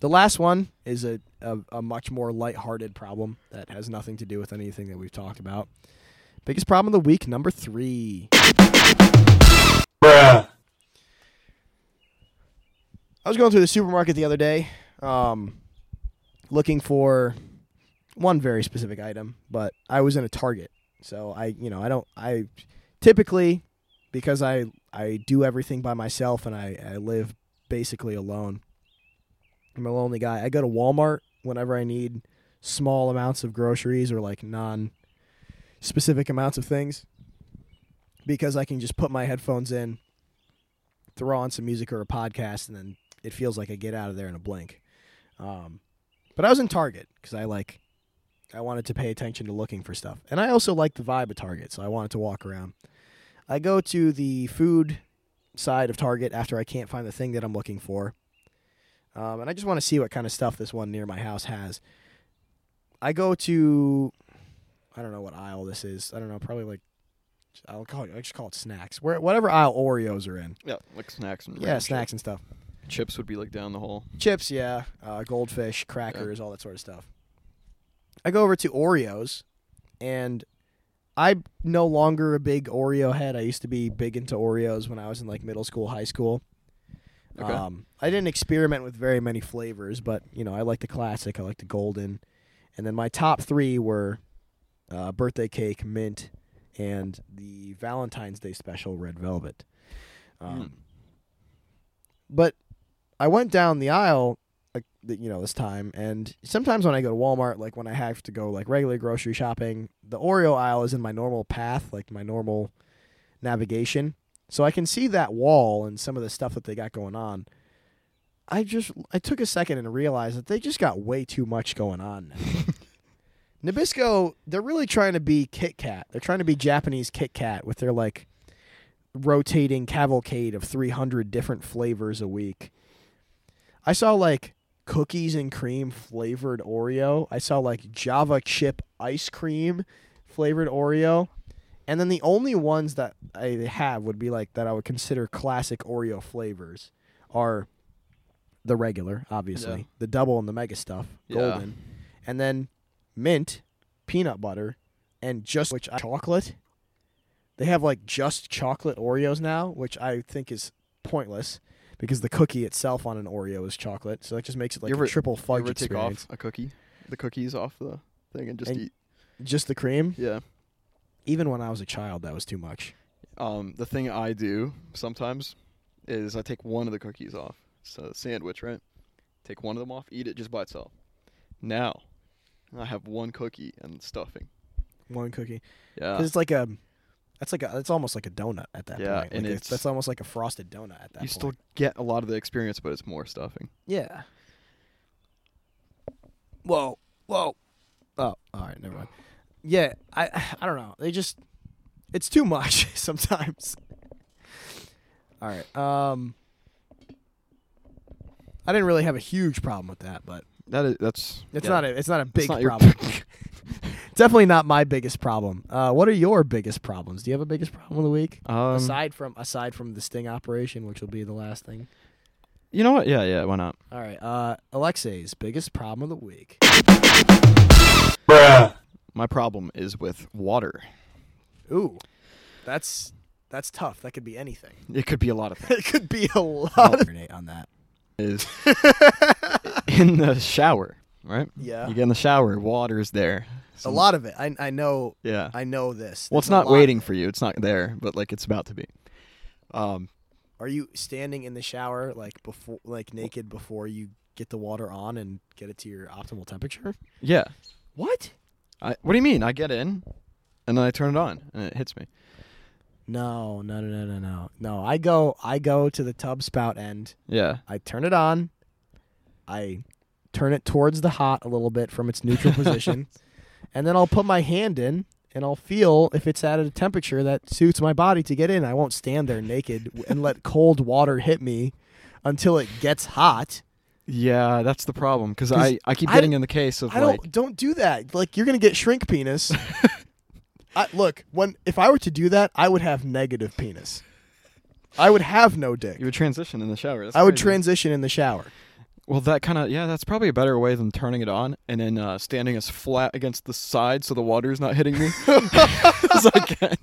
the last one is a, a, a much more lighthearted problem that has nothing to do with anything that we've talked about. Biggest problem of the week, number three. I was going through the supermarket the other day, um, looking for one very specific item, but I was in a Target, so I, you know, I don't, I typically because I, I I do everything by myself, and I, I live basically alone. I'm a lonely guy. I go to Walmart whenever I need small amounts of groceries or like non specific amounts of things because I can just put my headphones in, throw on some music or a podcast, and then it feels like I get out of there in a blink. Um, but I was in Target because I like I wanted to pay attention to looking for stuff, and I also like the vibe of Target, so I wanted to walk around. I go to the food side of Target after I can't find the thing that I'm looking for, um, and I just want to see what kind of stuff this one near my house has. I go to I don't know what aisle this is. I don't know, probably like I'll call it. I just call it snacks. Where whatever aisle Oreos are in. Yeah, like snacks and Yeah, random snacks and stuff. shit. Chips would be like down the hall. Chips, yeah. Uh, goldfish, crackers, all that sort of stuff. I go over to Oreos, and I'm no longer a big Oreo head. I used to be big into Oreos when I was in like middle school, high school. Okay. Um, I didn't experiment with very many flavors, but you know, I like the classic. I like the golden, and then my top three were uh, birthday cake, mint, and the Valentine's Day special, red velvet. Um, Mm. But I went down the aisle, like th- you know, this time, and sometimes when I go to Walmart, like when I have to go like regular grocery shopping, the Oreo aisle is in my normal path, like my normal navigation, so I can see that wall and some of the stuff that they got going on. I just I took a second and realized that they just got way too much going on now. Nabisco, they're really trying to be Kit Kat. They're trying to be Japanese Kit Kat with their like rotating cavalcade of 300 different flavors a week. I saw like cookies and cream flavored Oreo. I saw like Java chip ice cream flavored Oreo. And then the only ones that I have would be like that I would consider classic Oreo flavors are the regular, obviously, Yeah. the double and the mega stuff, Yeah. golden, and then mint, peanut butter, and just which I- chocolate. They have like just chocolate Oreos now, which I think is pointless because the cookie itself on an Oreo is chocolate, so that just makes it like You ever- a triple You fudge ever take experience. off a cookie, the cookies off the thing, and just And- eat? Just the cream. Yeah. Even when I was a child, that was too much. Um, the thing I do sometimes is I take one of the cookies off. So sandwich, right? Take one of them off, eat it just by itself. Now, I have one cookie and stuffing. One cookie. 'Cause Yeah. it's like a. That's like a. It's almost like a donut at that Yeah, point. Like and it's, it's- that's almost like a frosted donut at that You point. still get a lot of the experience, but it's more stuffing. Yeah. Whoa, whoa. Oh, all right, never mind. Yeah, I *sighs* I don't know. They just it's too much *laughs* sometimes. All right. Um I didn't really have a huge problem with that, but That is, that's it's yeah, not a it's not a that's big not your- *laughs* problem. *laughs* Definitely not my biggest problem. Uh what are your biggest problems? Do you have a biggest problem of the week? um, aside from aside from the sting operation, which will be the last thing. you know what? Yeah, yeah. Why not? All right. Uh, Alexei's biggest problem of the week. My problem is with water. Ooh, that's that's tough. That could be *laughs* anything. It could be a lot of things. it could be a lot. on that. *laughs* Is in the shower, right? Yeah. You get in the shower, water's there. A Some- lot of it. I I know. Yeah. I know this. Well, There's it's a not lot. waiting for you. It's not there, but like it's about to be. Um, Are you standing in the shower like before, like naked before you get the water on and get it to your optimal temperature? yeah. What? I, what do you mean? I get in, and then I turn it on, and it hits me. No, no, no, no, no, no. No, I go I go to the tub spout end. Yeah. I turn it on. I turn it towards the hot a little bit from its *laughs* neutral position. and then I'll put my hand in and I'll feel if it's at a temperature that suits my body to get in. I won't stand there naked and let cold water hit me until it gets hot. Yeah, that's the problem because 'Cause I, I keep I getting d- in the case of I like don't don't do that. Like you're going to get shrink *laughs* penis. I, look, when if I were to do that, I would have negative penis. I would have no dick. you would transition in the shower. That's I would crazy. transition in the shower. Well, that kind of yeah, that's probably a better way than turning it on and then uh, standing as flat against the side so the water's not hitting me. *laughs* as I can.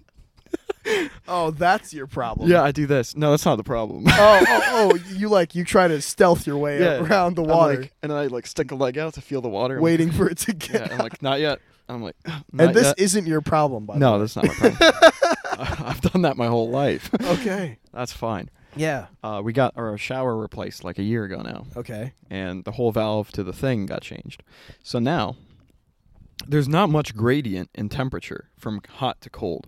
Oh, that's your problem. *laughs* Yeah, I do this. No, that's not the problem. *laughs* oh, oh, oh, you like you try to stealth your *laughs* way Yeah, around the I'm water, like- *laughs* and I like stick a leg out to feel the water. I'm like, waiting for it to get. *laughs* yeah, I'm like not yet. I'm like. and not this yet. isn't your problem, by the way. *laughs* no, that's not my problem. *laughs* I've done that my whole life. *laughs* okay. That's fine. Yeah. Uh, we got our shower replaced like a year ago now, Okay. and the whole valve to the thing got changed. So now there's not much gradient in temperature from hot to cold.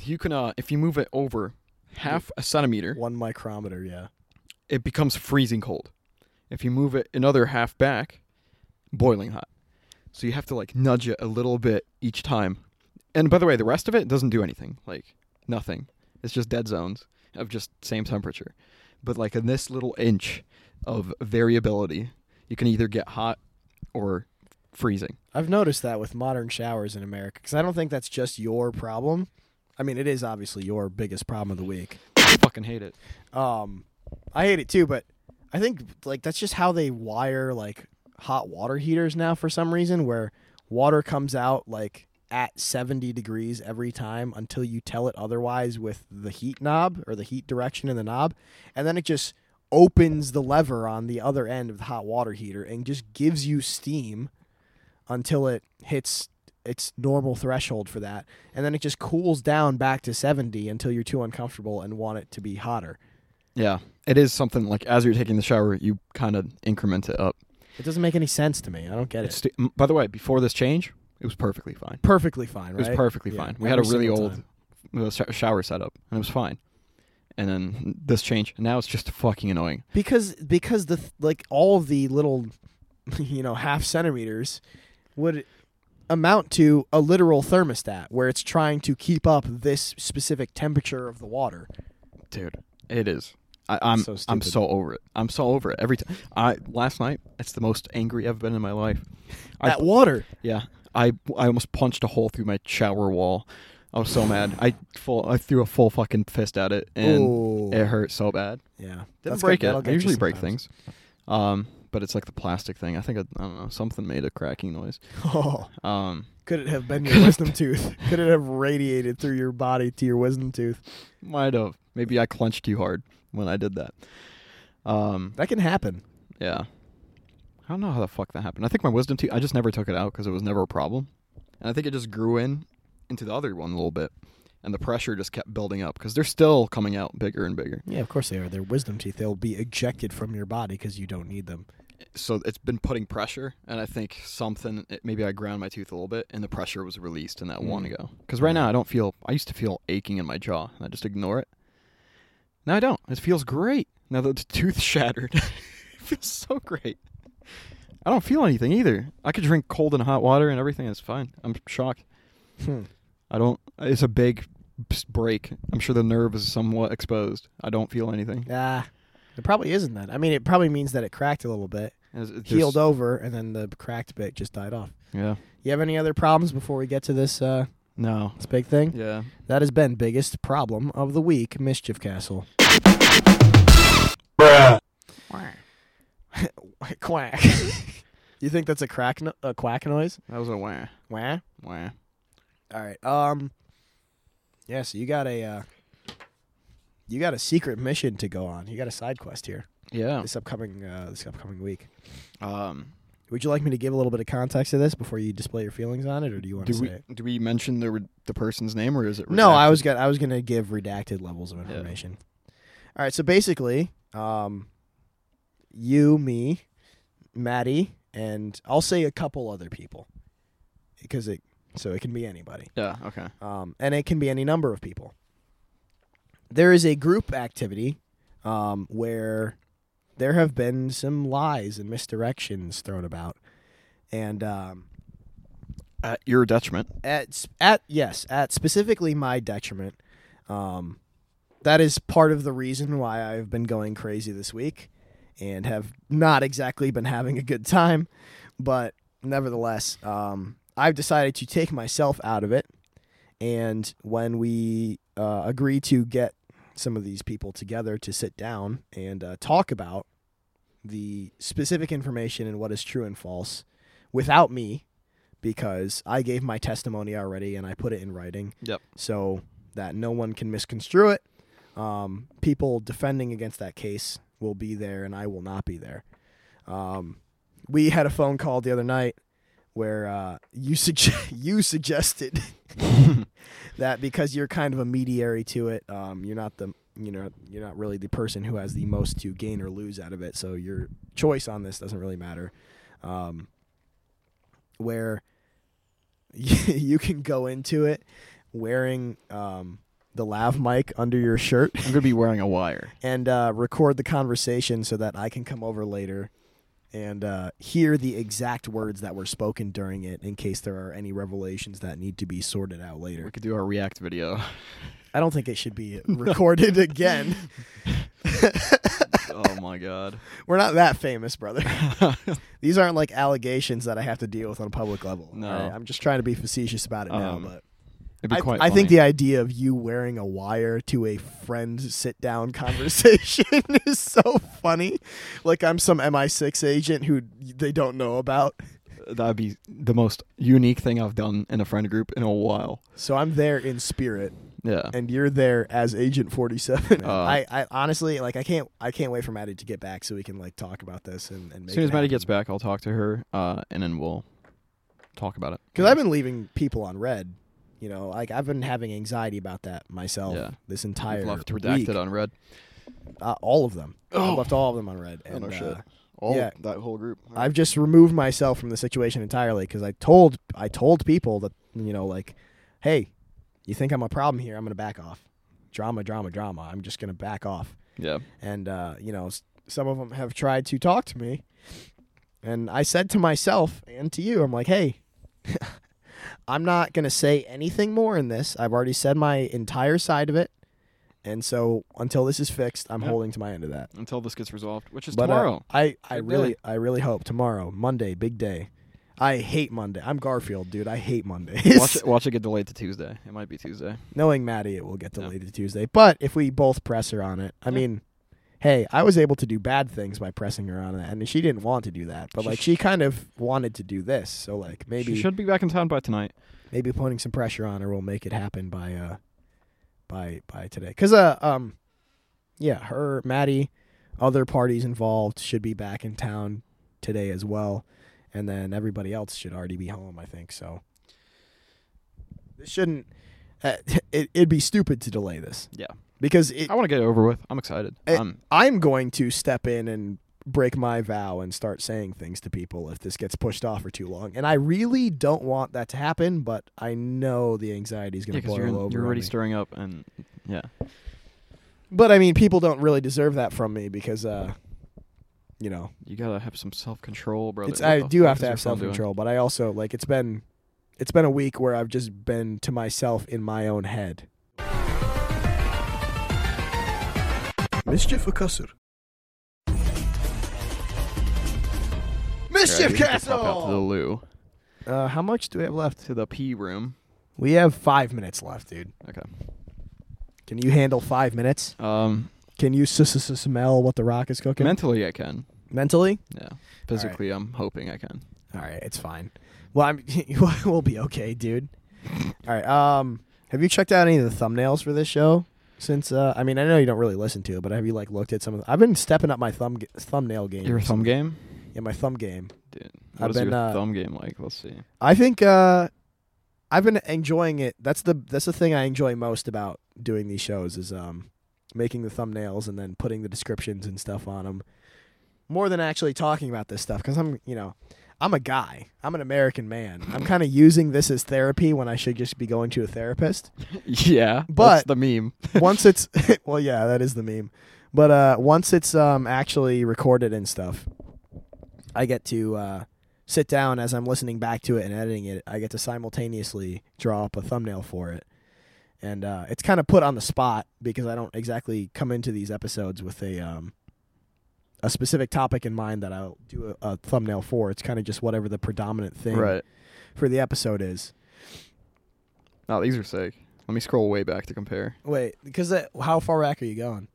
You can, uh, if you move it over half a centimeter, One micrometer. Yeah. it becomes freezing cold. If you move it another half back, boiling hot. So you have to like nudge it a little bit each time. And by the way, the rest of it doesn't do anything. Like nothing. It's just dead zones of just same temperature. But like in this little inch of variability, you can either get hot or freezing. I've noticed that with modern showers in America because I don't think that's just your problem. I mean, it is obviously your biggest problem of the week. I fucking hate it. Um, I hate it too, but I think like that's just how they wire like hot water heaters now for some reason, where water comes out like at 70 degrees every time until you tell it otherwise with the heat knob or the heat direction in the knob, and then it just opens the lever on the other end of the hot water heater and just gives you steam until it hits its normal threshold for that and then it just cools down back to 70 until you're too uncomfortable and want it to be hotter Yeah. It is something like as you're taking the shower, you kind of increment it up. It doesn't make any sense to me. I don't get it. It's st- m- by the way, before this change, it was perfectly fine. perfectly fine, It right? was perfectly Yeah, fine. We had a every really single old time. uh, sho- shower setup, and it was fine. And then this change, and now it's just fucking annoying. because because the th- like all of the little *laughs* you know half centimeters would amount to a literal thermostat where it's trying to keep up this specific temperature of the water. Dude, it is. I, I'm So I'm stupid. so over it. I'm so over it every time. I last night, it's the most angry I've been in my life. I, That water. yeah, I I almost punched a hole through my shower wall. I was so mad. I full I threw a full fucking fist at it, and Ooh. it hurt so bad. Yeah. Didn't That's break good. That'll it. get I you usually break sometimes. things, um, but it's like the plastic thing. I think it, I don't know something made a cracking noise. *laughs* Oh. Um, Could it *laughs* have been your wisdom tooth? Could it have radiated through your body to your wisdom tooth? Might have. Maybe I clenched too hard when I did that. Um, That can happen. yeah. I don't know how the fuck that happened. I think my wisdom tooth. I just never took it out because it was never a problem, and I think it just grew in into the other one a little bit, and the pressure just kept building up because they're still coming out bigger and bigger. Yeah, of course they are. They're wisdom teeth. They'll be ejected from your body because you don't need them. So it's been putting pressure, and I think something. It, maybe I ground my tooth a little bit, and the pressure was released in that one Mm. go. Because right now I don't feel. I used to feel aching in my jaw, and I just ignore it. Now I don't. It feels great. Now that the *laughs* tooth shattered, it feels so great. I don't feel anything either. I could drink cold and hot water and everything. It's fine. I'm shocked. Hmm. I don't. It's a big s- break. I'm sure the nerve is somewhat exposed. I don't feel anything. Ah, it probably isn't that. I mean, it probably means that it cracked a little bit, It's- it's healed just- over, and then the cracked bit just died off. Yeah. You have any other problems before we get to this uh, No. this big thing? Yeah. That has been biggest problem of the week, Mischief Castle. *laughs* quack. *laughs* you think that's a crack no- a quack noise? That was a wah Wah. wah. All right. Um. Yeah. So you got a uh, you got a secret mission to go on. You got a side quest here Yeah. this upcoming uh, this upcoming week. Um. Would you like me to give a little bit of context to this before you display your feelings on it, or do you want Do to we say it? do we mention the re- the person's name or is it? No, I redacted? was gonna I was gonna give redacted levels of Yeah. information. All right, so basically, um, you, me, Maddie, and I'll say a couple other people because it so it can be anybody, Yeah. Okay. um, and it can be any number of people. There is a group activity um, where there have been some lies and misdirections thrown about, and um, At your detriment. at s- at yes at specifically my detriment um that is part of the reason why i've been going crazy this week and have not exactly been having a good time but nevertheless um i've decided to take myself out of it and when we uh, agree to get some of these people together to sit down and uh, talk about the specific information and what is true and false without me because I gave my testimony already and I put it in writing. Yep. So that no one can misconstrue it. Um, people defending against that case will be there and I will not be there. Um, we had a phone call *laughs* the other night where uh, you sugge- you suggested that because you're kind of a mediary to it. Um, you're not the you know you're not really the person who has the most to gain or lose out of it. So your choice on this doesn't really matter. Um, where *laughs* you can go into it wearing um, the lav mic under your shirt I'm gonna be wearing a wire. and uh, record the conversation so that I can come over later and uh, hear the exact words that were spoken during it in case there are any revelations that need to be sorted out We later. could do our React *laughs* video. I don't think it *laughs* should be recorded again. oh my god. We're not that famous, brother. *laughs* These aren't like allegations that I have to deal with on a public level. No. all right? I'm just trying to be facetious about it now, Um, but It'd be I, quite I think funny. the idea of you wearing a wire to a friend's sit down *laughs* conversation *laughs* is so funny. Like I'm some MI6 agent who they don't know about. that'd be the most unique thing I've done in a friend group in a while. So I'm there in spirit Yeah. and you're there as Agent 47. Uh, I, I honestly like I can't I can't wait for Maddie to get back so we can like talk about this and, and make As soon as Maddie gets back, I'll talk to her, uh, and then we'll talk about it. Cuz I've been leaving people on red, you know, like I've been having anxiety about that myself Yeah. this entire We've left week. redacted on red. Uh, all of them. Oh. I left all of them on red and uh, All yeah. Oh, that whole group. I've just removed myself from the situation entirely because I told I told people that you know like, hey, you think I'm a problem here? I'm gonna back off. Drama, drama, drama. I'm just gonna back off. yeah. And uh, you know, s- some of them have tried to talk to me, and I said to myself and to you, I'm like, hey, *laughs* I'm not gonna say anything more in this. I've already said my entire side of it, and so until this is fixed, I'm Yeah. holding to my end of that. Until this gets resolved, which is But, uh, tomorrow. I, I Big really day. I really hope tomorrow, Monday, big day. I hate Monday. I'm Garfield, dude. I hate watch, Mondays. it, watch it get delayed to Tuesday. It might be Tuesday. *laughs* Knowing Maddie, it will get Yeah. delayed to Tuesday. But if we both press her on it, I Yeah. mean, hey, I was able to do bad things by pressing her on it, and she didn't want to do that. But She like, sh- she kind of wanted to do this, so like Maybe. maybe She should be back in town by tonight. maybe putting some pressure on her will make it happen by uh by by today cuz uh um yeah her Maddie other parties involved should be back in town today as well and then everybody else should already be home I think so this shouldn't uh, *laughs* it, it'd be stupid to delay this Yeah. because it, I want to get it over with. I'm excited. Eh, um, I'm going to step in and break my vow and start saying things to people if this gets pushed off for too long. And I really don't want that to happen, but I know the anxiety is yeah, going to because boil you're, in- over. you're on already me. stirring up, and yeah, but I mean, people don't really deserve that from me because, uh, you know, you gotta have some self control, brother. it's What I the do fuck have is to your have phone self doing? control, but I also like it's been it's been a week where I've just been to myself in my own head. Mischief Akasur. Alright, Mischief we have to pop out to the Castle. loo, Uh, how much do we have left? to the pee room. We have five minutes left, dude. Okay. Can you handle five minutes? Um, Can you s- s- s- smell what the rock is cooking mentally I can. mentally? Yeah. Physically, I'm hoping I can. All right, it's fine. Well, I'm, *laughs* we'll be okay, dude. All right. Um, have you checked out any of the thumbnails for this show? Since uh, I mean, I know you don't really listen to it, but have you like looked at some of? The, I've been stepping up my thumb ga- thumbnail game. Your thumb game, Yeah, my thumb game. dude. I've What is been, your uh, thumb game like? Let's see. *laughs* I think uh, I've been enjoying it. That's the that's the thing I enjoy most about doing these shows is um making the thumbnails and then putting the descriptions and stuff on them more than actually talking about this stuff because I'm you know I'm a guy I'm an American man I'm kind of using this as therapy when I should just be going to a therapist yeah, that's But- the meme. once it's *laughs* well yeah that is the meme but uh once it's um actually recorded and stuff i get to uh sit down as i'm listening back to it and editing it i get to simultaneously draw up a thumbnail for it and uh it's kind of put on the spot because i don't exactly come into these episodes with a um a specific topic in mind that i'll do a, a thumbnail for it's kind of just whatever the predominant thing Right. for the episode is No, these are sick. Let me scroll way back to compare. Wait, because that, how far back are you going?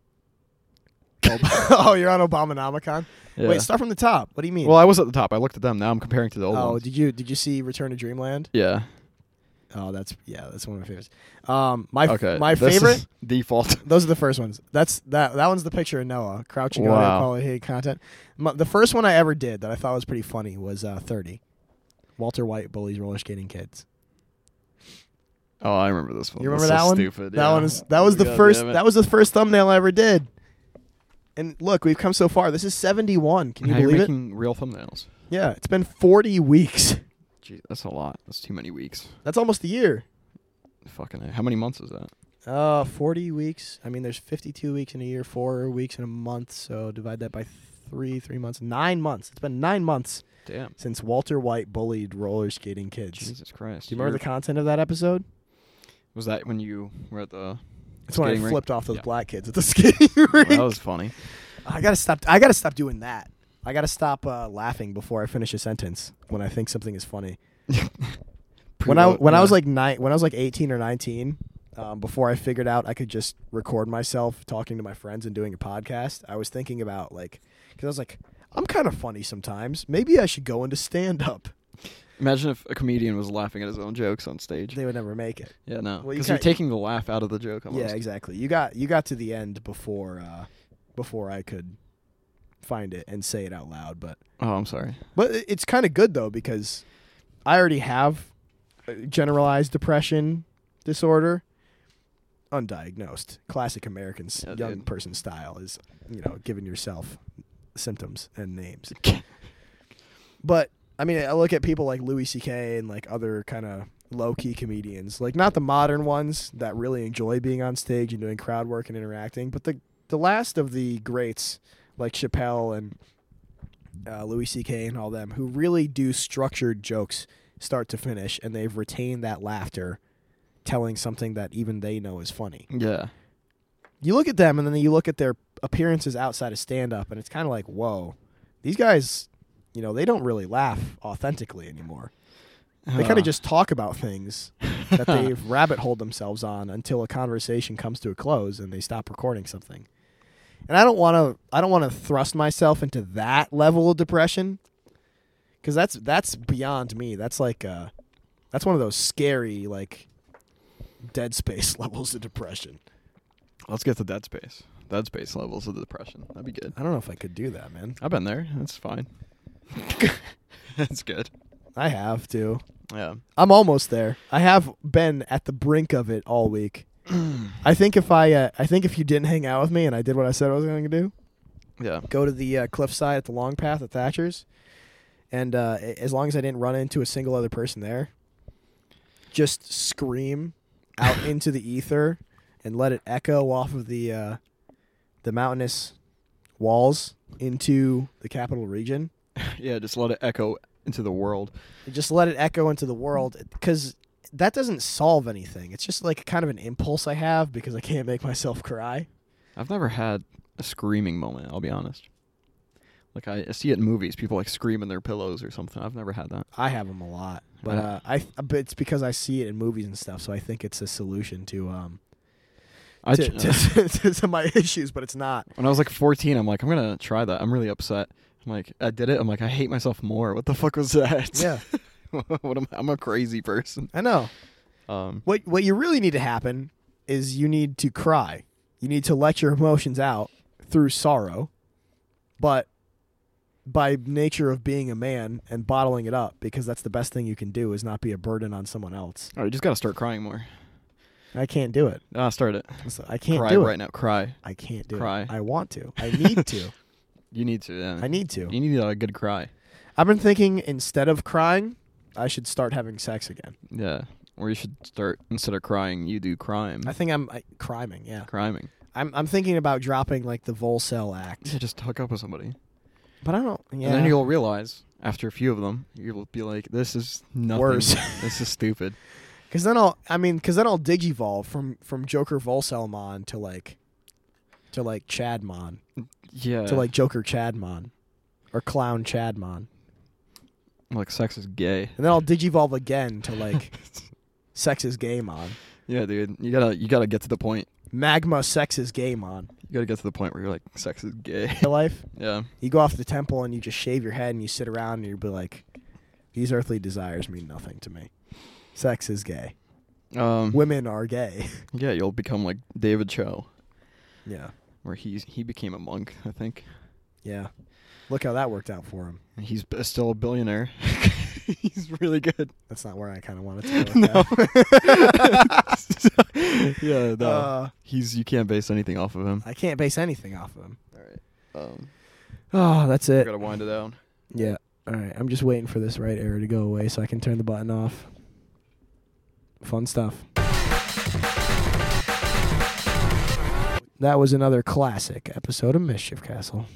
*laughs* oh, you're on Obamanomicon. Yeah. Wait, start from the top. What do you mean? well, I was at the top. I looked at them. Now I'm comparing to the old oh, ones. did you did you see Return to Dreamland? yeah. Oh, that's yeah, that's one of my favorites. Um, my f- Okay. my this is favorite. default. *laughs* Those are the first ones. That's that that one's the picture of Noah crouching over Wow. quality hate content. My, the first one I ever did that I thought was pretty funny was uh, 30. Walter White bullies roller skating kids. Oh, I remember this one. You That's remember that so one? Stupid. That yeah. one is that was the God first damn it. that was the first thumbnail I ever did. And look, we've come so far. This is 71. Can you Now you're believe it? making real thumbnails. Yeah, it's been 40 weeks. Gee, that's a lot. That's too many weeks. That's almost a year. Fucking. hell. How many months is that? Uh, 40 weeks. I mean, there's 52 weeks in a year, four weeks in a month. So divide that by three, three months, nine months. It's been nine months Damn. since Walter White bullied roller skating kids. Jesus Christ. Do you remember You're- the content of that episode? Was that when you were at *laughs* the? It's when I Skating rink? flipped off those Yeah. black kids at the *laughs* skating rink. that was funny. *laughs* I gotta stop. I gotta stop doing that. I gotta stop uh, laughing before I finish a sentence when I think something is funny. when I Preload- when I was yeah. like nine, when I was like eighteen or nineteen, um, before I figured out I could just record myself talking to my friends and doing a podcast, I was thinking about like because I was like, I'm kind of funny sometimes. Maybe I should go into stand up. imagine if a comedian was laughing at his own jokes on stage. They would never make it. yeah, no, Well, you because you are can't- taking the laugh out of the joke. Almost. Yeah, exactly. You got you got to the end before uh, before I could find it and say it out loud, but. Oh, I'm sorry. But it- it's kind of good though because I already have uh, generalized depression disorder, undiagnosed. Classic Americans, Yeah, young dude. person style is you know giving yourself symptoms and names. But I mean, I look at people like Louis C.K. and like other kind of low key comedians, like not the modern ones that really enjoy being on stage and doing crowd work and interacting, but the the last of the greats like Chappelle and uh, Louis C.K. and all them who really do structured jokes start to finish, and they've retained that laughter, telling something that even they know is funny. *laughs* Yeah. You look at them, and then you look at their appearances outside of stand up, and it's kind of like, whoa, these guys, you know, they don't really laugh authentically anymore. They kind Uh, *laughs* of just talk about things that they've rabbit holed themselves on until a conversation comes to a close and they stop recording something. And I don't want to I don't want to thrust myself into that level of depression cuz that's that's beyond me. That's like uh that's one of those scary like dead space *laughs* levels of depression. Let's get to Dead Space. Dead Space levels of the depression. That'd be good. I don't know if I could do that, man. I've been there. That's fine. *laughs* That's good. I have to. Yeah. *clears throat* I'm almost there. I have been at the brink of it all week. I think if I, uh, I think if you didn't hang out with me and I did what I said I was going to do, Yeah. go to the uh, cliffside at the Long Path at Thatcher's, and uh, a- as long as I didn't run into a single other person there, just scream out into the ether and let it echo off of the uh, the mountainous walls into the capital region. Yeah. Just let it echo into the world. just let it echo into the world because that doesn't solve anything it's just like kind of an impulse i have because i can't make myself cry I've never had a screaming moment. I'll be honest. Like I, I see it in movies, people like scream in their pillows or something. I've never had that. i have them a lot but uh, i but it's because i see it in movies and stuff so i think it's a solution to um I to, ch- *laughs* to, to, to my issues but it's not *laughs* when I was like 14, I'm like, I'm gonna try that. I'm really upset. I'm like, I did it. I'm like, I hate myself more. What the fuck was that? yeah *laughs* what am, I'm a crazy person. i know Um, what what you really need to happen is you need to cry you need to let your emotions out through sorrow but by nature of being a man and bottling it up because that's the best thing you can do is not be a burden on someone else all right, you just gotta start crying more. I can't do it. Ah, start it. It's- I can't cry do right it. now. Cry. I can't do Cry. it. I want to. I need to. *laughs* You need to. Yeah. I need to. You need uh, a good cry. I've been thinking instead of crying, I should start having sex again. Yeah. Or you should start instead of crying, you do crime. I think I'm I, criming. Yeah, Criming. I'm. I'm thinking about dropping like the Volcel Yeah, act, just hook up with somebody, but I don't. Yeah, and then you'll realize after a few of them, you'll be like, "This is nothing. Worse. *laughs* this is stupid." because then I'll. I mean, because then I'll digivolve from from Joker Volcelmon to like to like Chadmon Yeah. to like Joker Chadmon or Clown Chadmon, like sex is gay. and then I'll digivolve again to like Sex is Gaymon, Yeah, dude. You gotta you gotta get to the point. Magma Sex is Gaymon. You gotta get to the point where you're like, "Sex is gay." *laughs* Your life. yeah. you go off to the temple and you just shave your head and you sit around and you'll be like, these earthly desires mean nothing to me. Sex is gay. Um. Women are gay. *laughs* Yeah, you'll become like David Cho, yeah. where he's he became a monk, I think. Yeah. Look how that worked out for him. And He's b- still a billionaire. *laughs* He's really good. That's not where I kind of *laughs* wanted to go. *laughs* No. With *laughs* yeah, that. no. Uh, He's you can't base anything off of him. I can't base anything off of him. All right. Um, Oh, that's I it. gotta wind it down. Yeah. All right. I'm just waiting for this right error to go away so I can turn the button off. Fun stuff. That was another classic episode of Mischief Castle.